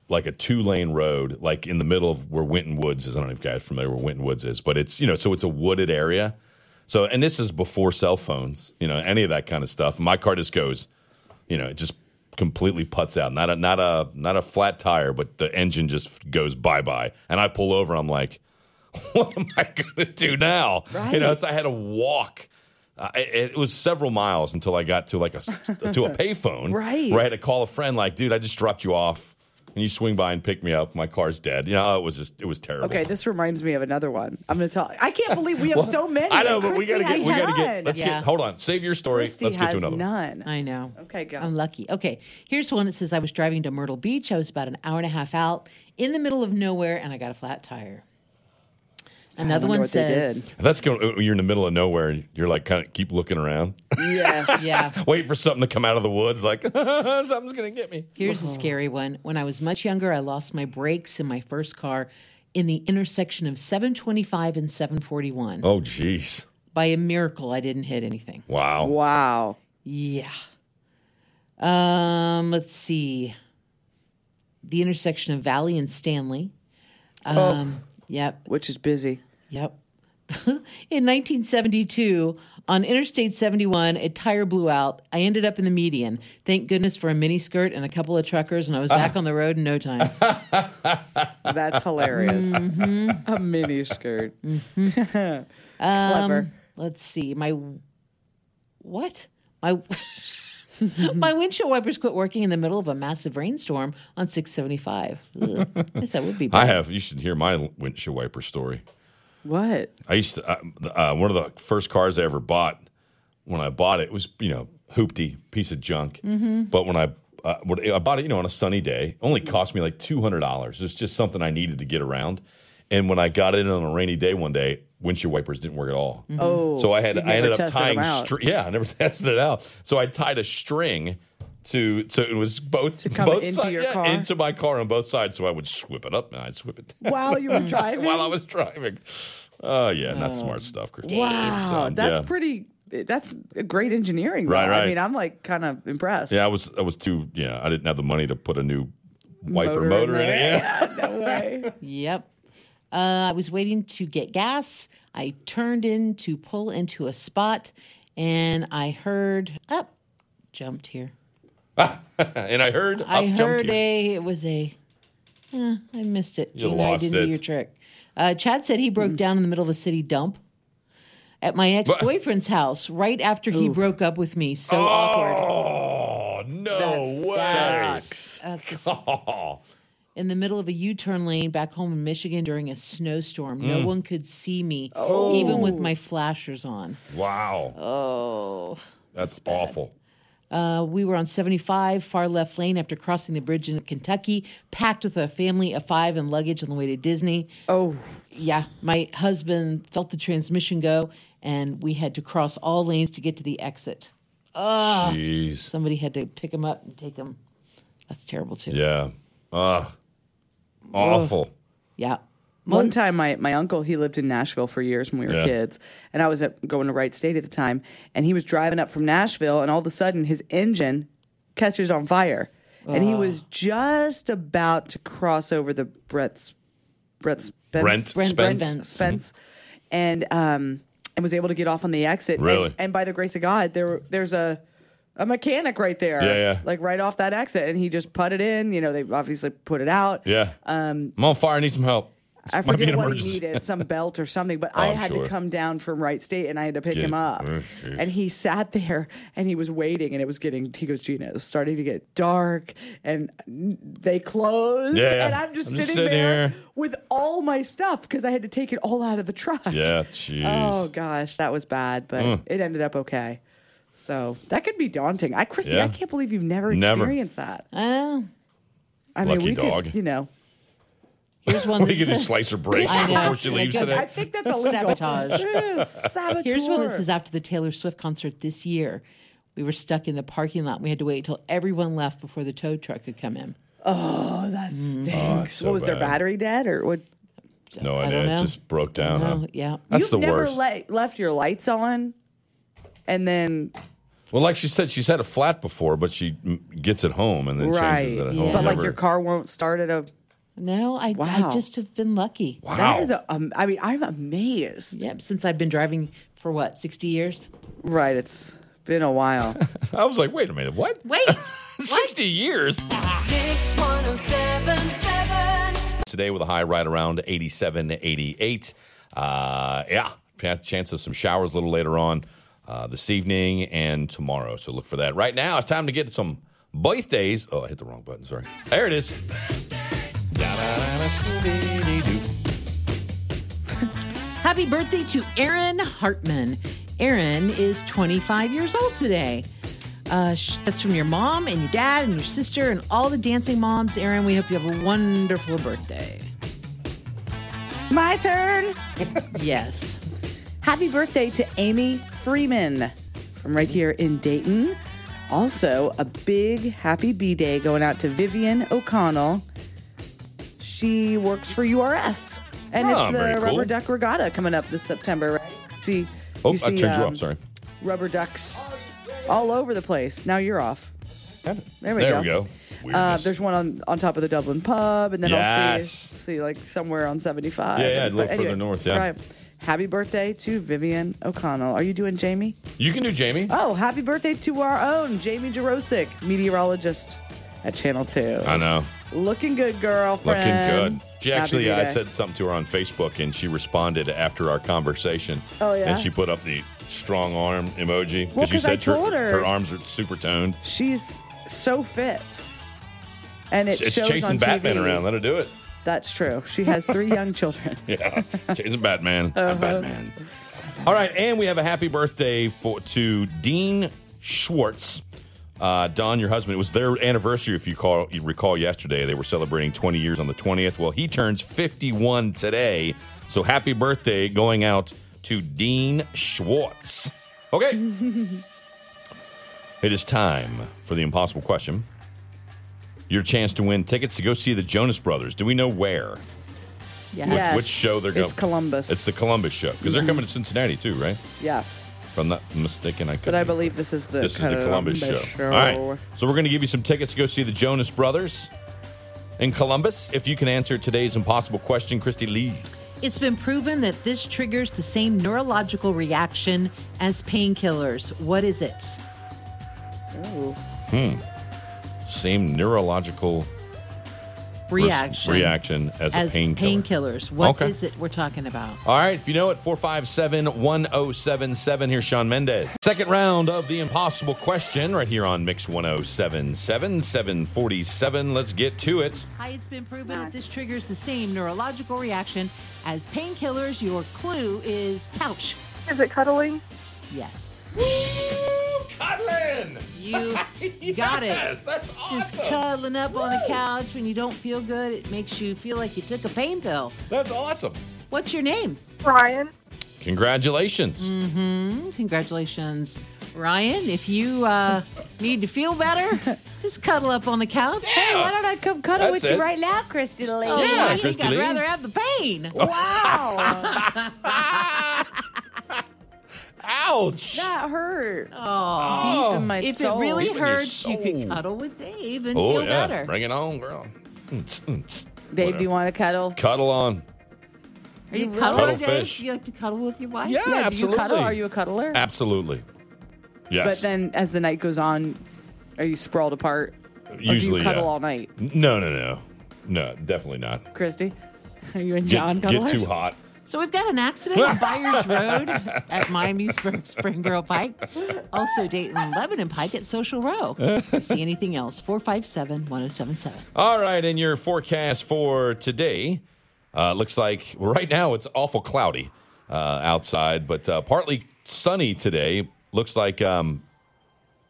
S2: like a two lane road, like in the middle of where Winton Woods is. I don't know if you guys are familiar where Winton Woods is, but it's you know, so it's a wooded area. So and this is before cell phones, you know, any of that kind of stuff. My car just goes, you know, it just completely puts out. Not a not a not a flat tire, but the engine just goes bye bye. And I pull over, I'm like, (laughs) what am I gonna do now? You know,
S8: Right.
S2: it's, I had to walk. Uh, it, it was several miles until I got to like a
S4: (laughs)
S2: s- to a payphone,
S8: Right.
S2: Where I had to call a friend, like, dude, I just dropped you off, and you swing by and pick me up. My car's dead. You know, it was just it was terrible.
S4: Okay, this reminds me of another one. I'm going to tell. I can't believe we have
S2: Well,
S4: so many.
S2: I know, but we gotta
S4: Christy
S2: get we
S4: has
S2: gotta get.
S4: none.
S2: Let's get. Hold on, save your story.
S4: Christy
S2: let's get to
S4: has
S2: another one.
S4: none.
S3: I know.
S4: Okay, go.
S3: I'm lucky. Okay, here's one that says I was driving to Myrtle Beach. I was about an hour and a half out in the middle of nowhere, and I got a flat tire. Another one
S4: wonder what they
S3: says,
S2: That's going. You're in the middle of nowhere. and You're like kind of keep looking around,
S4: (laughs) Yes.
S3: yeah.
S2: (laughs) wait for something to come out of the woods. Like (laughs)
S8: Something's
S2: gonna get me.
S3: Here's a
S4: Uh-huh.
S3: scary one. When I was much younger, I lost my brakes in my first car in the intersection of 725 and 741.
S2: Oh, jeez.
S3: By a miracle, I didn't hit anything.
S2: Wow.
S4: Wow.
S3: Yeah. Um, let's see. The intersection of Valley and Stanley.
S4: Oh.
S3: Um, Yep.
S4: Which is busy.
S3: Yep. (laughs) In 1972, on Interstate 71, a tire blew out. I ended up in the median. Thank goodness for a miniskirt and a couple of truckers, and I was back on the road in no time.
S4: That's hilarious. (laughs) A mini skirt. Clever.
S3: Um, let's see. My what? My (laughs) my windshield wipers quit working in the middle of a massive rainstorm on 675. Ugh. Guess that would be.
S2: I
S3: bad.
S2: have. You should hear my windshield wiper story.
S4: What?
S2: I used to. Uh, uh, one of the first cars I ever bought. When I bought it, it was you know hoopty piece of junk.
S8: Mhm.
S2: But when I uh, when I bought it, you know, on a sunny day, it only cost me like two hundred dollars. It was just something I needed to get around. And when I got it on a rainy day one day, windshield wipers didn't work at all.
S8: Mhm. Oh,
S2: so I had
S8: you've
S2: I
S8: never
S2: ended up
S8: tested them
S2: tying.
S8: out.
S2: Str- yeah, I never (laughs) tested it out. So I tied a string to so it was both
S8: come
S2: both
S8: into
S2: sides-
S8: your
S2: yeah,
S8: car?
S2: into my car on both sides. So I would swip it up and I'd swip it down.
S4: (laughs) While you were
S2: (laughs)
S4: driving?
S2: While I was driving. Oh yeah, not smart stuff. Christine.
S4: Wow.
S2: Dumb,
S4: That's
S2: yeah.
S4: pretty. That's great engineering. though.
S2: Right,
S4: I
S2: right.
S4: mean, I'm like kind of impressed.
S2: Yeah, I was I was too. Yeah, I didn't have the money to put a new wiper motor, in it. Yeah.
S4: no (laughs) way.
S3: Yep. Uh, I was waiting to get gas. I turned in to pull into a spot, and I heard up jumped here.
S2: (laughs) and I heard.
S3: I
S2: up
S3: heard
S2: jumped you.
S3: a. It was a. eh, I missed it.
S2: You
S3: Gina, I
S2: lost
S3: didn't
S2: it.
S3: do your trick. Uh, Chad said he broke down in the middle of a city dump at my ex boyfriend's house right after he broke up with me.
S2: Oh,
S3: So
S2: awkward. Oh no way! Oh. (laughs)
S3: in the middle of a U-turn lane back home in Michigan during a snowstorm. No
S2: Mm.
S3: one could see me,
S2: Oh.
S3: even with my flashers on.
S2: Wow.
S3: Oh.
S2: That's, awful.
S3: Uh, we were on 75 far left lane after crossing the bridge in Kentucky, packed with a family of five and luggage on the way to Disney.
S4: Oh,
S3: yeah. My husband felt the transmission go, and we had to cross all lanes to get to the exit.
S4: Ah.
S3: Oh,
S2: Jeez.
S3: somebody had to pick him up and take him. That's terrible too.
S2: Yeah. Ugh. Awful.
S3: Yeah.
S4: One time, my, my uncle, he lived in Nashville for years when we were
S2: Yeah.
S4: kids. And I was at, going to Wright State at the time. And he was driving up from Nashville, and all of a sudden, his engine catches on fire. And he
S3: Oh.
S2: Ah.
S4: was just about to cross over the Brett's, Brett Spence.
S2: Brent Brent Spence. Mm-hmm. Spence.
S4: Spence. And, um, and was able to get off on the exit. And-
S2: Really?
S4: And, by the grace of God, there there's a, a mechanic right there.
S2: Yeah, yeah.
S4: Like right off that exit. And he just put it in. You know, they obviously put it out.
S2: Yeah.
S4: Um,
S2: I'm on fire. I need some help.
S4: I
S2: might be
S4: forget
S2: an
S4: what he
S2: emergency. (laughs)
S4: needed, some belt or something, but
S2: Oh,
S4: I
S2: I'm
S4: had
S2: sure.
S4: to come down from Wright State and I had to pick
S2: Get-
S4: him up.
S2: Mm, jeez.
S4: and he sat there and he was waiting and it was getting, he goes, Gina, it was starting to get dark and they closed.
S2: Yeah.
S4: And I'm just,
S2: I'm
S4: sitting,
S2: just sitting
S4: there
S2: here.
S4: with all my stuff because I had to take it all out of the truck.
S2: Yeah, jeez.
S4: Oh gosh, that was bad, but
S2: Mm.
S4: it ended up okay. So that could be daunting. I, Christy,
S2: Yeah.
S4: I can't believe you've never,
S2: Never.
S4: experienced that.
S3: I know.
S4: I mean,
S2: Lucky
S4: we
S2: dog.
S4: Could, you know,
S3: Here's
S2: (laughs)
S3: one.
S2: What are
S3: that
S2: you gonna
S3: says-
S2: slice her braces
S3: I know.
S2: (laughs) before she leaves
S3: Like,
S2: today?
S3: I
S4: think
S3: that's
S4: (laughs)
S3: illegal. Sabotage.
S4: saboteur.
S3: Here's one that says after the Taylor Swift concert this year, we were stuck in the parking lot. We had to wait until everyone left before the tow truck could come in.
S4: Oh, that
S3: Mm.
S4: stinks.
S2: Oh, it's so
S4: what was their
S2: bad.
S4: battery dead or what?
S2: No
S3: I
S2: idea.
S3: don't
S2: It
S3: know.
S2: just broke down.
S3: No,
S2: huh?
S3: yeah.
S2: That's
S4: You've
S2: the
S4: never
S2: worst.
S4: le- left your lights on, and then
S2: well, like she said, she's had a flat before, but she mm, gets it home and then
S4: right,
S2: changes it at home.
S4: but like
S2: Never-
S4: your car won't start at a.
S3: No, I,
S4: Wow.
S3: I just have been lucky.
S2: Wow.
S4: That is a. Um, I mean, I'm amazed.
S3: Yep, since I've been driving for what, 60 years?
S4: Right, it's been a while.
S2: I was like, wait a minute, what?
S3: (laughs) Wait.
S2: (laughs) 60 years?
S6: Mix 1077.
S2: Today with a high right around 87 to 88. Uh, yeah, ch- chance of some showers a little later on uh, this evening and tomorrow. So look for that. Right now, it's time to get some birthdays. Oh, I hit the wrong button. Sorry. There it is. Da-da-da-da, Scooby-Doo.
S3: Happy birthday to Erin Hartman. Erin is 25 years old today. Uh, sh- that's from your mom and your dad and your sister and all the dancing moms. Erin, we hope you have a wonderful birthday.
S4: (laughs) My turn.
S3: Yes.
S4: Happy birthday to Amy Freeman from right here in Dayton. Also, a big happy B day going out to Vivian O'Connell. She works for URS, and
S2: Oh,
S4: it's
S2: very
S4: the
S2: cool.
S4: Rubber Duck Regatta coming up this September, right? See,
S2: Oh,
S4: you
S2: I
S4: see,
S2: turned you
S4: um,
S2: off. Sorry.
S4: Rubber ducks all over the place. Now you're off. There we
S2: there
S4: go.
S2: we go.
S4: Uh, there's one on, on top of the Dublin pub, and then I'll
S2: Yes.
S4: see, see like somewhere on 75.
S2: Yeah, yeah, a little
S4: But
S2: further north, yeah.
S4: Happy birthday to Vivian O'Connell. Are you doing Jamie?
S2: You can do Jamie.
S4: Oh, happy birthday to our own Jamie Jarosic, meteorologist at Channel 2.
S2: I know.
S4: Looking good, girl.
S2: Looking
S4: friend.
S2: good. She
S4: Happy
S2: actually, I
S4: B-Day.
S2: said something to her on Facebook, and she responded after our conversation.
S4: Oh, yeah?
S2: And she put up the strong arm emoji
S4: Well,
S2: you
S4: 'cause I
S2: said her-
S4: told her-
S2: her arms are super toned.
S4: She's so fit. And it
S2: it's
S4: shows
S2: chasing
S4: on
S2: Batman
S4: TV.
S2: around. Let her do it.
S4: That's true. She has three
S2: (laughs)
S4: young children.
S2: Yeah, (laughs) chasing Batman.
S4: Uh-huh.
S2: I'm Batman. All right, and we have a happy birthday for to Dean Schwartz. Uh, Don, your husband. It was their anniversary, if you call you recall yesterday. They were celebrating 20 years on the 20th. Well, he turns 51 today, so happy birthday going out to Dean Schwartz. Okay, it is time for the impossible question. Your chance to win tickets to go see the Jonas Brothers. Do we know where?
S4: Yes.
S2: Which- Which show they're going?
S4: It's Columbus.
S2: It's the Columbus show because they're
S4: Yes.
S2: coming to Cincinnati too, right?
S4: yes.
S2: If I'm not mistaken, I could.
S4: But I
S2: be.
S4: believe this is the
S2: this is the Columbus show. All right, so we're going to give you some tickets to go see the Jonas Brothers in Columbus. If you can answer today's impossible question, Christy Lee.
S3: It's been proven that this triggers the same neurological reaction as painkillers. What is it?
S2: Hmm. Same neurological res-
S3: Reaction.
S2: reaction as, a painkiller.
S3: painkillers. What is
S2: Okay.
S3: it we're talking about?
S2: All right, if you know it, 457 1077. Here's Sean Mendez. Second round of the impossible question right here on Mix 1077, 747. Let's get to it.
S3: Hi, it's been proven that this triggers the same neurological reaction as painkillers. Your clue is couch.
S9: Is it cuddling?
S3: Yes.
S2: cuddling! (laughs)
S3: You got it.
S2: That's
S3: Just cuddling up on the couch when you don't feel good, it makes you feel like you took a pain pill.
S2: That's awesome.
S3: What's your name?
S9: Ryan.
S2: Congratulations.
S4: Mm.
S3: hmm Congratulations, Ryan. If you uh, need to feel
S4: (laughs)
S3: better, just cuddle up on the couch.
S2: Hey, why don't
S3: I come
S2: cuddle Uh, That's with you it. right
S3: now, Christy Lee?
S2: Yeah,
S3: I think
S2: Christy
S3: I'd
S2: Lee.
S3: rather have the pain.
S4: Oh, Wow.
S2: Ouch.
S4: That hurt.
S3: Oh,
S4: Deep in my
S3: if
S4: soul.
S3: it really
S4: Deep in your
S3: hurts, you
S2: soul.
S3: could cuddle with Dave and
S2: Oh,
S3: feel
S2: yeah.
S3: better.
S2: Bring it on, girl. Mm, mm, mm.
S4: Dave, do you want to cuddle?
S2: Cuddle on.
S3: Are you
S4: really-
S3: cuddling, Dave?
S2: Cuddlefish.
S3: Do you like to cuddle with your wife?
S4: Yeah, do you
S2: absolutely.
S4: cuddle? Are you a cuddler?
S2: Absolutely.
S4: But
S2: Yes.
S4: then as the night goes on, are you sprawled apart? Or do
S2: Usually,
S4: you cuddle
S2: yeah.
S4: all night,
S2: no, no, no. No, definitely not.
S4: Christy?
S3: Are you and
S2: Get- get too hot.
S3: So we've got an
S2: (laughs)
S3: accident on Byers Road at Miami's Spring Girl Pike. Also Dayton and Lebanon Pike at Social Row. If you see anything else, 457 1077.
S2: All right, and your forecast for today uh, looks like well, right now it's awful cloudy uh, outside, but uh, partly sunny today. Looks like um,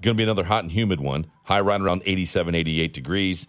S2: going to be another hot and humid one. High right around 87, 88 degrees.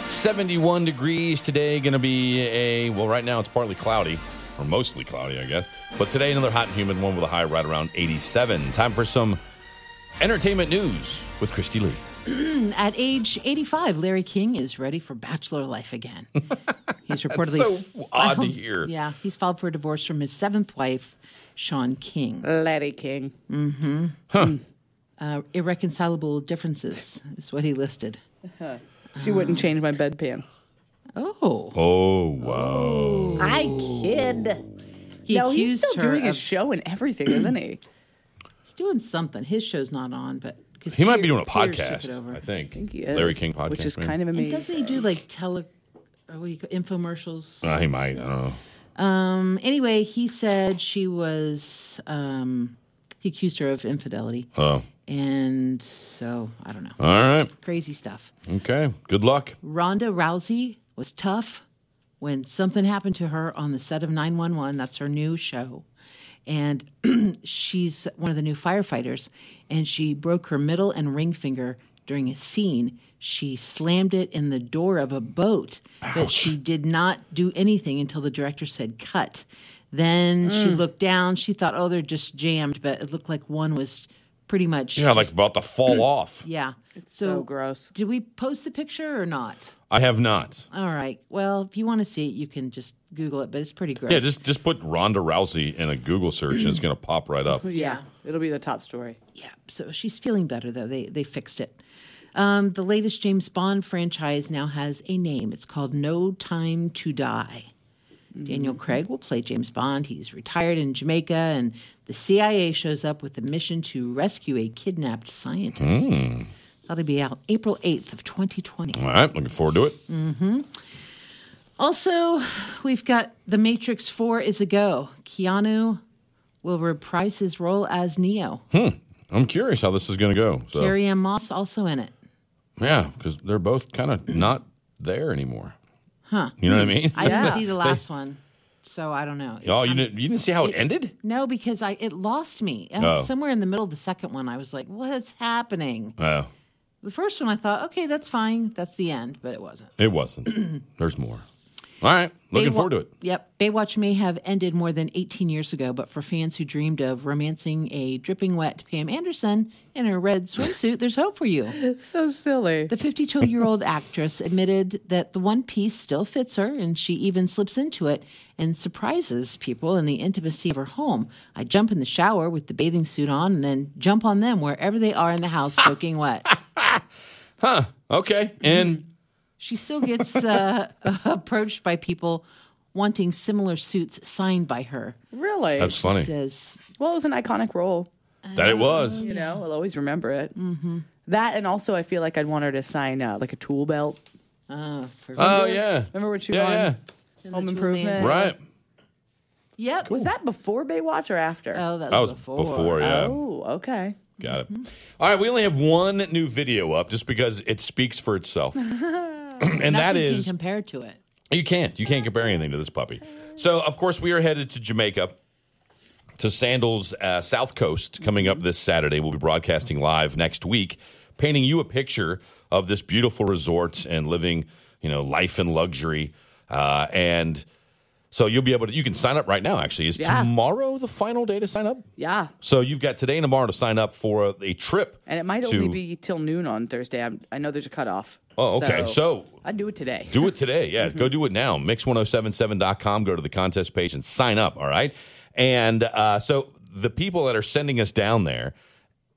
S2: 71 degrees today, going to be a, well, right now it's partly cloudy, or mostly cloudy, I guess. But today, another hot and humid one with a high right around 87. Time for some entertainment news with Christy Lee.
S3: At age 85, Larry King is ready for bachelor
S2: (laughs)
S3: life again. He's reportedly
S2: so odd to hear.
S3: Yeah, he's filed for divorce from his seventh wife, Sean King.
S4: Larry King.
S3: Mm-hmm.
S2: Huh.
S3: Uh, irreconcilable differences is what he listed.
S4: She wouldn't change my bedpan.
S3: Oh.
S2: Oh, wow.
S4: I kid.
S3: He
S4: no, he's
S3: accused
S4: still
S3: her
S4: doing his
S3: of-
S4: show and everything, isn't (clears throat) he?
S3: He's doing something. His show's not on, but because
S2: He might be doing a podcast, I think. Larry King podcast.
S4: which is
S2: maybe.
S4: kind of amazing.
S3: doesn't he do like tele, or what do you call, infomercials?
S2: Uh, he might. I don't know.
S3: Um. Anyway, he said she was. Um, he accused her of infidelity,
S2: Oh.
S3: and so I don't know.
S2: All right. right.
S3: Crazy stuff.
S2: Okay. Good luck.
S3: Ronda Rousey was tough when something happened to her on the set of 911. That's her new show. And (clears throat) she's one of the new firefighters. And she broke her middle and ring finger during a scene. She slammed it in the door of a boat, but she did not do anything until the director said cut. Then she
S2: Mm.
S3: looked down. She thought, oh, they're just jammed, but it looked like one was pretty much.
S2: Yeah, like
S3: just-
S2: about to (clears throat) fall off.
S3: Yeah. It's so, gross. Did we post the picture or not?
S2: I have not.
S3: All right. Well, if you want to see it, you can just Google it, but it's pretty gross.
S2: Yeah, just just put Ronda Rousey in a Google search and it's going to pop right up.
S3: Yeah. It'll be the top story. Yeah. So she's feeling better, though. They, they fixed it. Um, the latest James Bond franchise now has a name. It's called No Time to Die. Daniel Craig will play James Bond. He's retired in Jamaica, and the CIA shows up with a mission to rescue a kidnapped scientist.
S2: Hmm.
S3: That'll be out April 8th of 2020.
S2: All right, looking forward to it.
S3: hmm Also, we've got The Matrix 4 is a go. Keanu will reprise his role as Neo.
S2: Hmm. I'm curious how this is going to go. So
S3: Carrie Ann Moss also in it.
S2: yeah, because they're both kind of not there anymore.
S3: Huh.
S2: You know what I mean?
S3: I
S2: (laughs)
S3: didn't
S2: Yeah.
S3: see the
S2: They-
S3: last one, so I don't know.
S2: Oh, you didn't, you didn't see how it ended?
S3: No, because I it lost me. Uh,
S2: Oh.
S3: Somewhere in the middle of the second one, I was like, what's happening?
S2: Oh,
S3: The first one, I thought, okay, that's fine. That's the end, but it wasn't.
S2: it wasn't. There's more. All right, looking
S3: Baywa-
S2: forward to it.
S3: Yep. Baywatch may have ended more than 18 years ago, but for fans who dreamed of romancing a dripping wet Pam Anderson in her red swimsuit, there's hope for you. (laughs) So silly. The 52 year old actress admitted that the one piece still fits her, and she even slips into it and surprises people in the intimacy of her home. I jump in the shower with the bathing suit on and then jump on them wherever they are in the house soaking
S2: (laughs)
S3: wet.
S2: Huh? Okay, and
S3: She still gets uh, (laughs) approached by people wanting similar suits signed by her.
S4: Really?
S2: That's funny.
S3: Says,
S4: well, it was an iconic role.
S2: that it was.
S4: You know, I'll always remember it. Mm-hmm. That and also, I feel like I'd want her to sign uh, like a tool belt. Uh,
S3: Oh, for
S2: Oh, yeah.
S4: Remember when she
S2: Yeah,
S4: was
S3: yeah.
S4: on Home
S3: Tool
S4: Improvement?
S3: Man.
S2: Right.
S3: Yep.
S4: Was that before Baywatch or after?
S3: Oh,
S2: That was was before. before, yeah.
S4: Oh, okay.
S2: Got it.
S3: Mm-hmm.
S2: All right, we only have one new video up just because it speaks for
S3: (laughs)
S2: itself. and that
S3: Nothing
S2: is
S3: can compare to it.
S2: You can't. You can't compare anything to this puppy. So, of course, we are headed to Jamaica to Sandals uh, South Coast coming
S3: Mm-hmm.
S2: up this Saturday. We'll be broadcasting live next week, painting you a picture of this beautiful resort and living, you know, life in luxury. Uh, and so you'll be able to. You can sign up right now. Actually, is
S4: Yeah.
S2: tomorrow the final day to sign up?
S4: Yeah.
S2: So you've got today and tomorrow to sign up for a trip.
S4: And it might
S2: to-
S4: only be till noon on Thursday. I'm, I know there's a cutoff.
S2: Oh, okay. So
S4: I'd do it today.
S2: Do it today. Yeah, go do it now. Mix1077.com. Go to the contest page and sign up. All right. And uh, so the people that are sending us down there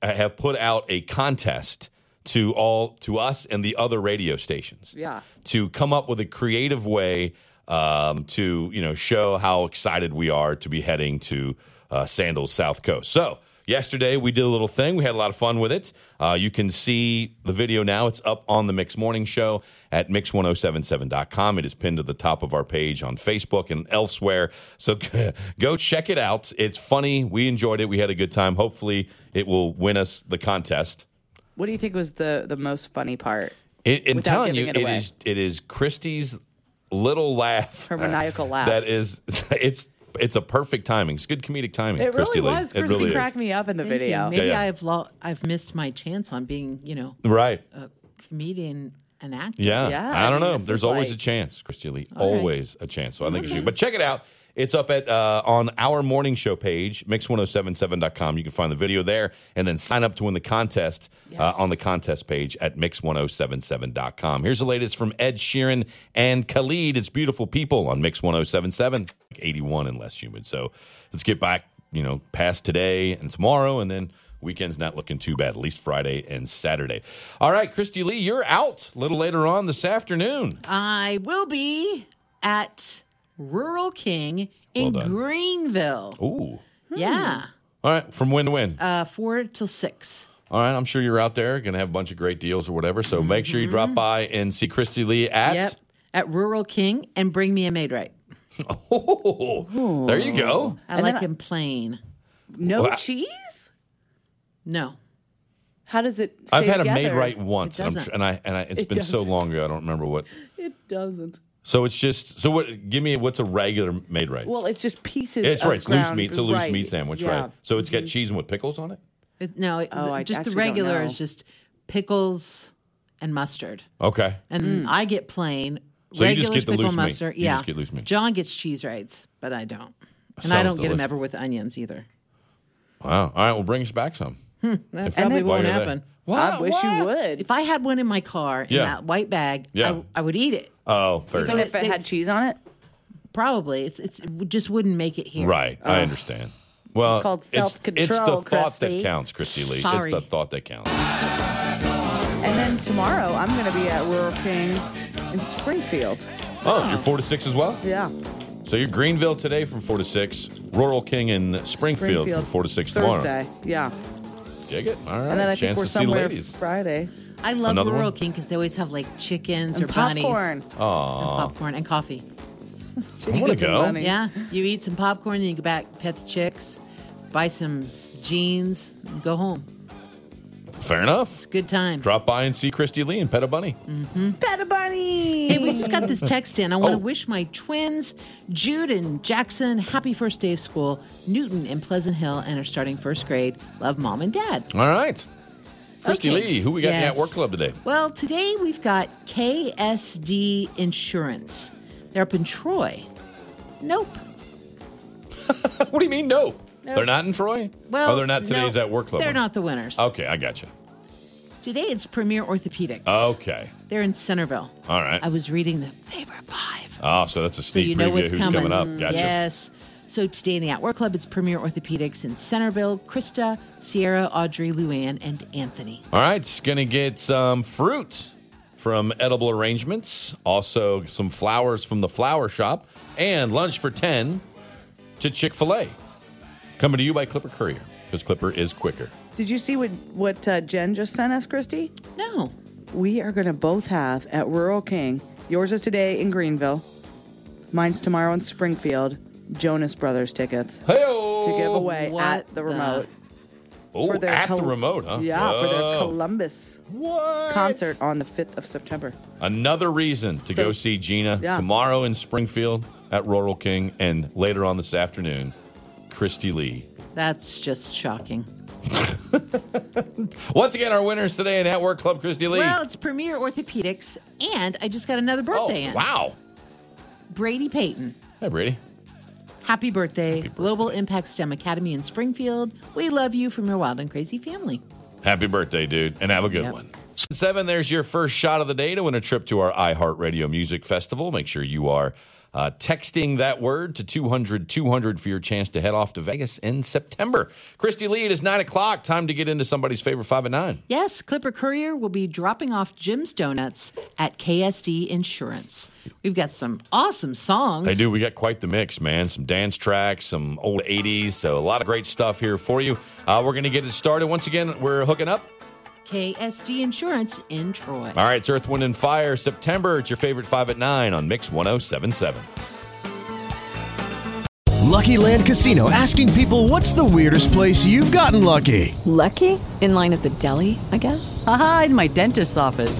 S2: uh, have put out a contest to all to us and the other radio stations
S4: Yeah.
S2: to come up with a creative way um, to you know show how excited we are to be heading to uh, Sandals South Coast. So yesterday we did a little thing. We had a lot of fun with it. Uh, you can see the video now. It's up on the Mix Morning Show at mix1077.com. It is pinned to the top of our page on Facebook and elsewhere. So (laughs) go check it out. It's funny. We enjoyed it. We had a good time. Hopefully it will win us the contest.
S4: What do you think was the, the most funny part?
S2: It, I'm
S4: Without
S2: telling you,
S4: giving
S2: it
S4: it away.
S2: is it is Christie's little laugh, (laughs)
S4: Her maniacal laugh.
S2: That is, it's it's a perfect timing. It's good comedic timing.
S4: It
S2: Christy
S4: really
S2: Lee.
S4: was. Christy
S2: is.
S4: cracked me up in the
S3: Thank you.
S4: video.
S3: Maybe
S2: Yeah, yeah.
S3: I've lo- I've missed my chance on being, you know,
S2: Right.
S4: Uh,
S3: a comedian, an actor.
S2: Yeah. I don't know. There's always a chance, Christy Lee.
S3: All right.
S2: Always a chance. So I think it's you. But check it out. It's up at uh, on our morning show page, mix1077.com. You can find the video there and then sign up to win the contest uh, on the contest page at mix1077.com. Here's the latest from Ed Sheeran and Khalid. It's beautiful people on Mix 1077, 81 and less humid. So let's get back, you know, past today and tomorrow and then Weekend's not looking too bad, at least Friday and Saturday. All right, Christy Lee, you're out a little later on this afternoon.
S3: I will be at Rural King
S2: Well
S3: in
S2: done. Hmm.
S3: Greenville.
S2: Ooh.
S3: Yeah.
S2: All right, from win to win.
S3: Uh, four till six.
S2: All right, I'm sure you're out there, going to have a bunch of great deals or whatever. So make sure you drop by and see Christy Lee at.
S3: Yep.
S2: (laughs)
S3: At Rural King and bring me a maid right.
S2: Oh, there you go.
S3: I
S4: And
S3: like
S4: then I-
S3: him plain.
S4: No
S2: Well, I-
S4: cheese?
S3: No.
S4: How does it? Stay
S2: I've had a made
S4: together?
S2: right once, and, I'm, tr- and I and I, it's
S4: It
S2: been so
S4: doesn't.
S2: long ago, I don't remember what.
S4: It doesn't.
S2: So it's just so. What? Give me what's a regular made right?
S4: Well, it's just pieces.
S2: it's
S4: of
S2: right. It's loose
S4: ground-
S2: meat. It's a loose
S4: right.
S2: meat sandwich,
S4: Yeah.
S2: right? So it's got cheese and what pickles on it?
S3: It, no, it-
S4: Oh, I
S3: just the
S4: actually don't
S3: regular is
S4: know.
S3: just pickles and mustard.
S2: Okay.
S3: And I get plain
S2: Mm. So you just
S3: regular
S2: get the
S3: pickle
S2: loose meat.
S3: mustard.
S2: You
S3: Yeah.
S2: just get loose meat.
S3: John gets cheese rights, but I don't. And I
S2: Sounds
S3: don't get them
S2: delicious.
S3: ever with onions either.
S2: Wow. All right. Well, bring us back some.
S3: Hmm, that
S2: If-
S3: probably
S2: And it-
S3: won't
S2: Why are they-
S3: happen.
S2: What?
S4: I wish you would.
S3: If I had one in my car in
S2: Yeah.
S3: that white bag,
S2: Yeah.
S3: I, I would eat it.
S2: Oh, fair
S4: Even
S2: enough.
S4: if it had cheese on it,
S3: Probably. It's, it's, it just wouldn't make it here.
S2: Right. I understand. Well,
S3: It's called
S2: It's the
S4: self-control,
S2: thought
S4: Christy.
S2: that counts, Christy Lee.
S4: Sorry.
S2: It's the thought that counts.
S4: and then tomorrow I'm going to be at Whirlping in Springfield.
S2: Oh, you're four to six as well.
S4: Yeah.
S2: So you're Greenville today from four to six. Rural King in Springfield, from four to six
S4: Thursday. Yeah.
S2: tomorrow. Dig it. All right.
S4: and then I
S2: Chance
S4: think we're
S2: to see
S4: somewhere
S2: ladies.
S4: Friday.
S3: I love
S2: Another
S3: Rural
S2: one?
S3: King because they always have like chickens
S4: And
S3: or bunnies.
S4: popcorn.
S2: Aw. Oh.
S3: popcorn and coffee.
S2: I want to go.
S3: Yeah, you eat some popcorn, then you go back, pet the chicks, buy some jeans, and go home.
S2: Fair enough. It's
S3: a good time.
S2: Drop by and see Christy Lee and pet a bunny.
S3: Mm.
S4: Better bunny.
S3: Hey, we just
S2: (laughs)
S3: got this text in. I want
S2: Oh.
S3: to wish my twins, Jude and Jackson, happy first day of school. Newton and Pleasant Hill and are starting first grade. Love mom and dad.
S2: All right. Christy
S3: Okay.
S2: Lee, who we got in the
S3: Yes.
S2: at work club today? (laughs)
S3: Well, today we've got KSD Insurance. They're up in Troy. Nope.
S2: what do you mean, nope?
S3: No.
S2: They're not in Troy?
S3: Well,
S2: oh, they're not today's
S3: no,
S2: at work club. Oh.
S3: They're
S2: one.
S3: not the winners.
S2: Okay, I got you.
S3: Today it's Premier Orthopedics.
S2: Oh, Okay.
S3: They're in Centerville.
S2: All right.
S3: I was reading the paper.
S2: Oh, so that's a
S3: So
S2: sneak
S3: you know
S2: preview
S3: what's
S2: of who's
S3: coming.
S2: coming up. Gotcha.
S3: Yes. So today in the At Work Club, it's Premier Orthopedics in Centerville, Krista, Sierra, Audrey, Luann, and Anthony.
S2: All right, it's going to get some fruit from Edible Arrangements, also some flowers from the flower shop, and lunch for 10 to Chick fil A. Coming to you by Clipper Courier because Clipper is quicker.
S4: Did you see what what uh, Jen just sent us, Christy?
S3: No.
S4: We are going to both have at Rural King. Yours is today in Greenville. Mine's tomorrow in Springfield. Jonas Brothers tickets to give away
S2: Oh, What
S4: at the remote.
S2: Oh,
S4: for their
S2: at the
S4: Col-
S2: remote, huh?
S4: Yeah, for
S2: Whoa.
S4: their Columbus concert on the 5th of September.
S2: Another reason to
S4: So-
S2: go see Gina
S4: Yeah.
S2: tomorrow in Springfield at Rural King and later on this afternoon, Christy Lee.
S3: That's just shocking.
S2: Once again, our winners today in At Work Club, Christy Lee.
S3: Well, it's Premier Orthopedics, and I just got another birthday in.
S2: Oh, wow.
S3: Brady Payton.
S2: Hey, Brady.
S3: Happy birthday. Global Impact STEM Academy in Springfield. We love you from your wild and crazy family.
S2: Happy birthday, dude, and have a good one. Seven, there's your first shot of the day to win a trip to our iHeartRadio Music Festival. Make sure you are uh, texting that word to 200 200 for your chance to head off to Vegas in September. Christy Lee, it is nine o'clock. Time to get into somebody's favorite five at nine.
S3: Yes, Clipper Courier will be dropping off Jim's Donuts at KSD Insurance. We've got some awesome songs.
S2: Hey, dude, we got quite the mix, man. Some dance tracks, some old 80s, so a lot of great stuff here for you. Uh, we're going to get it started. Once again, we're hooking up.
S3: KSD Insurance in Troy.
S2: All right, it's Earth, Wind, and Fire, September. It's your favorite five at nine on Mix 1077.
S10: Lucky Land Casino asking people what's the weirdest place you've gotten lucky?
S11: Lucky? In line at the deli, I guess?
S12: Aha, in my dentist's office.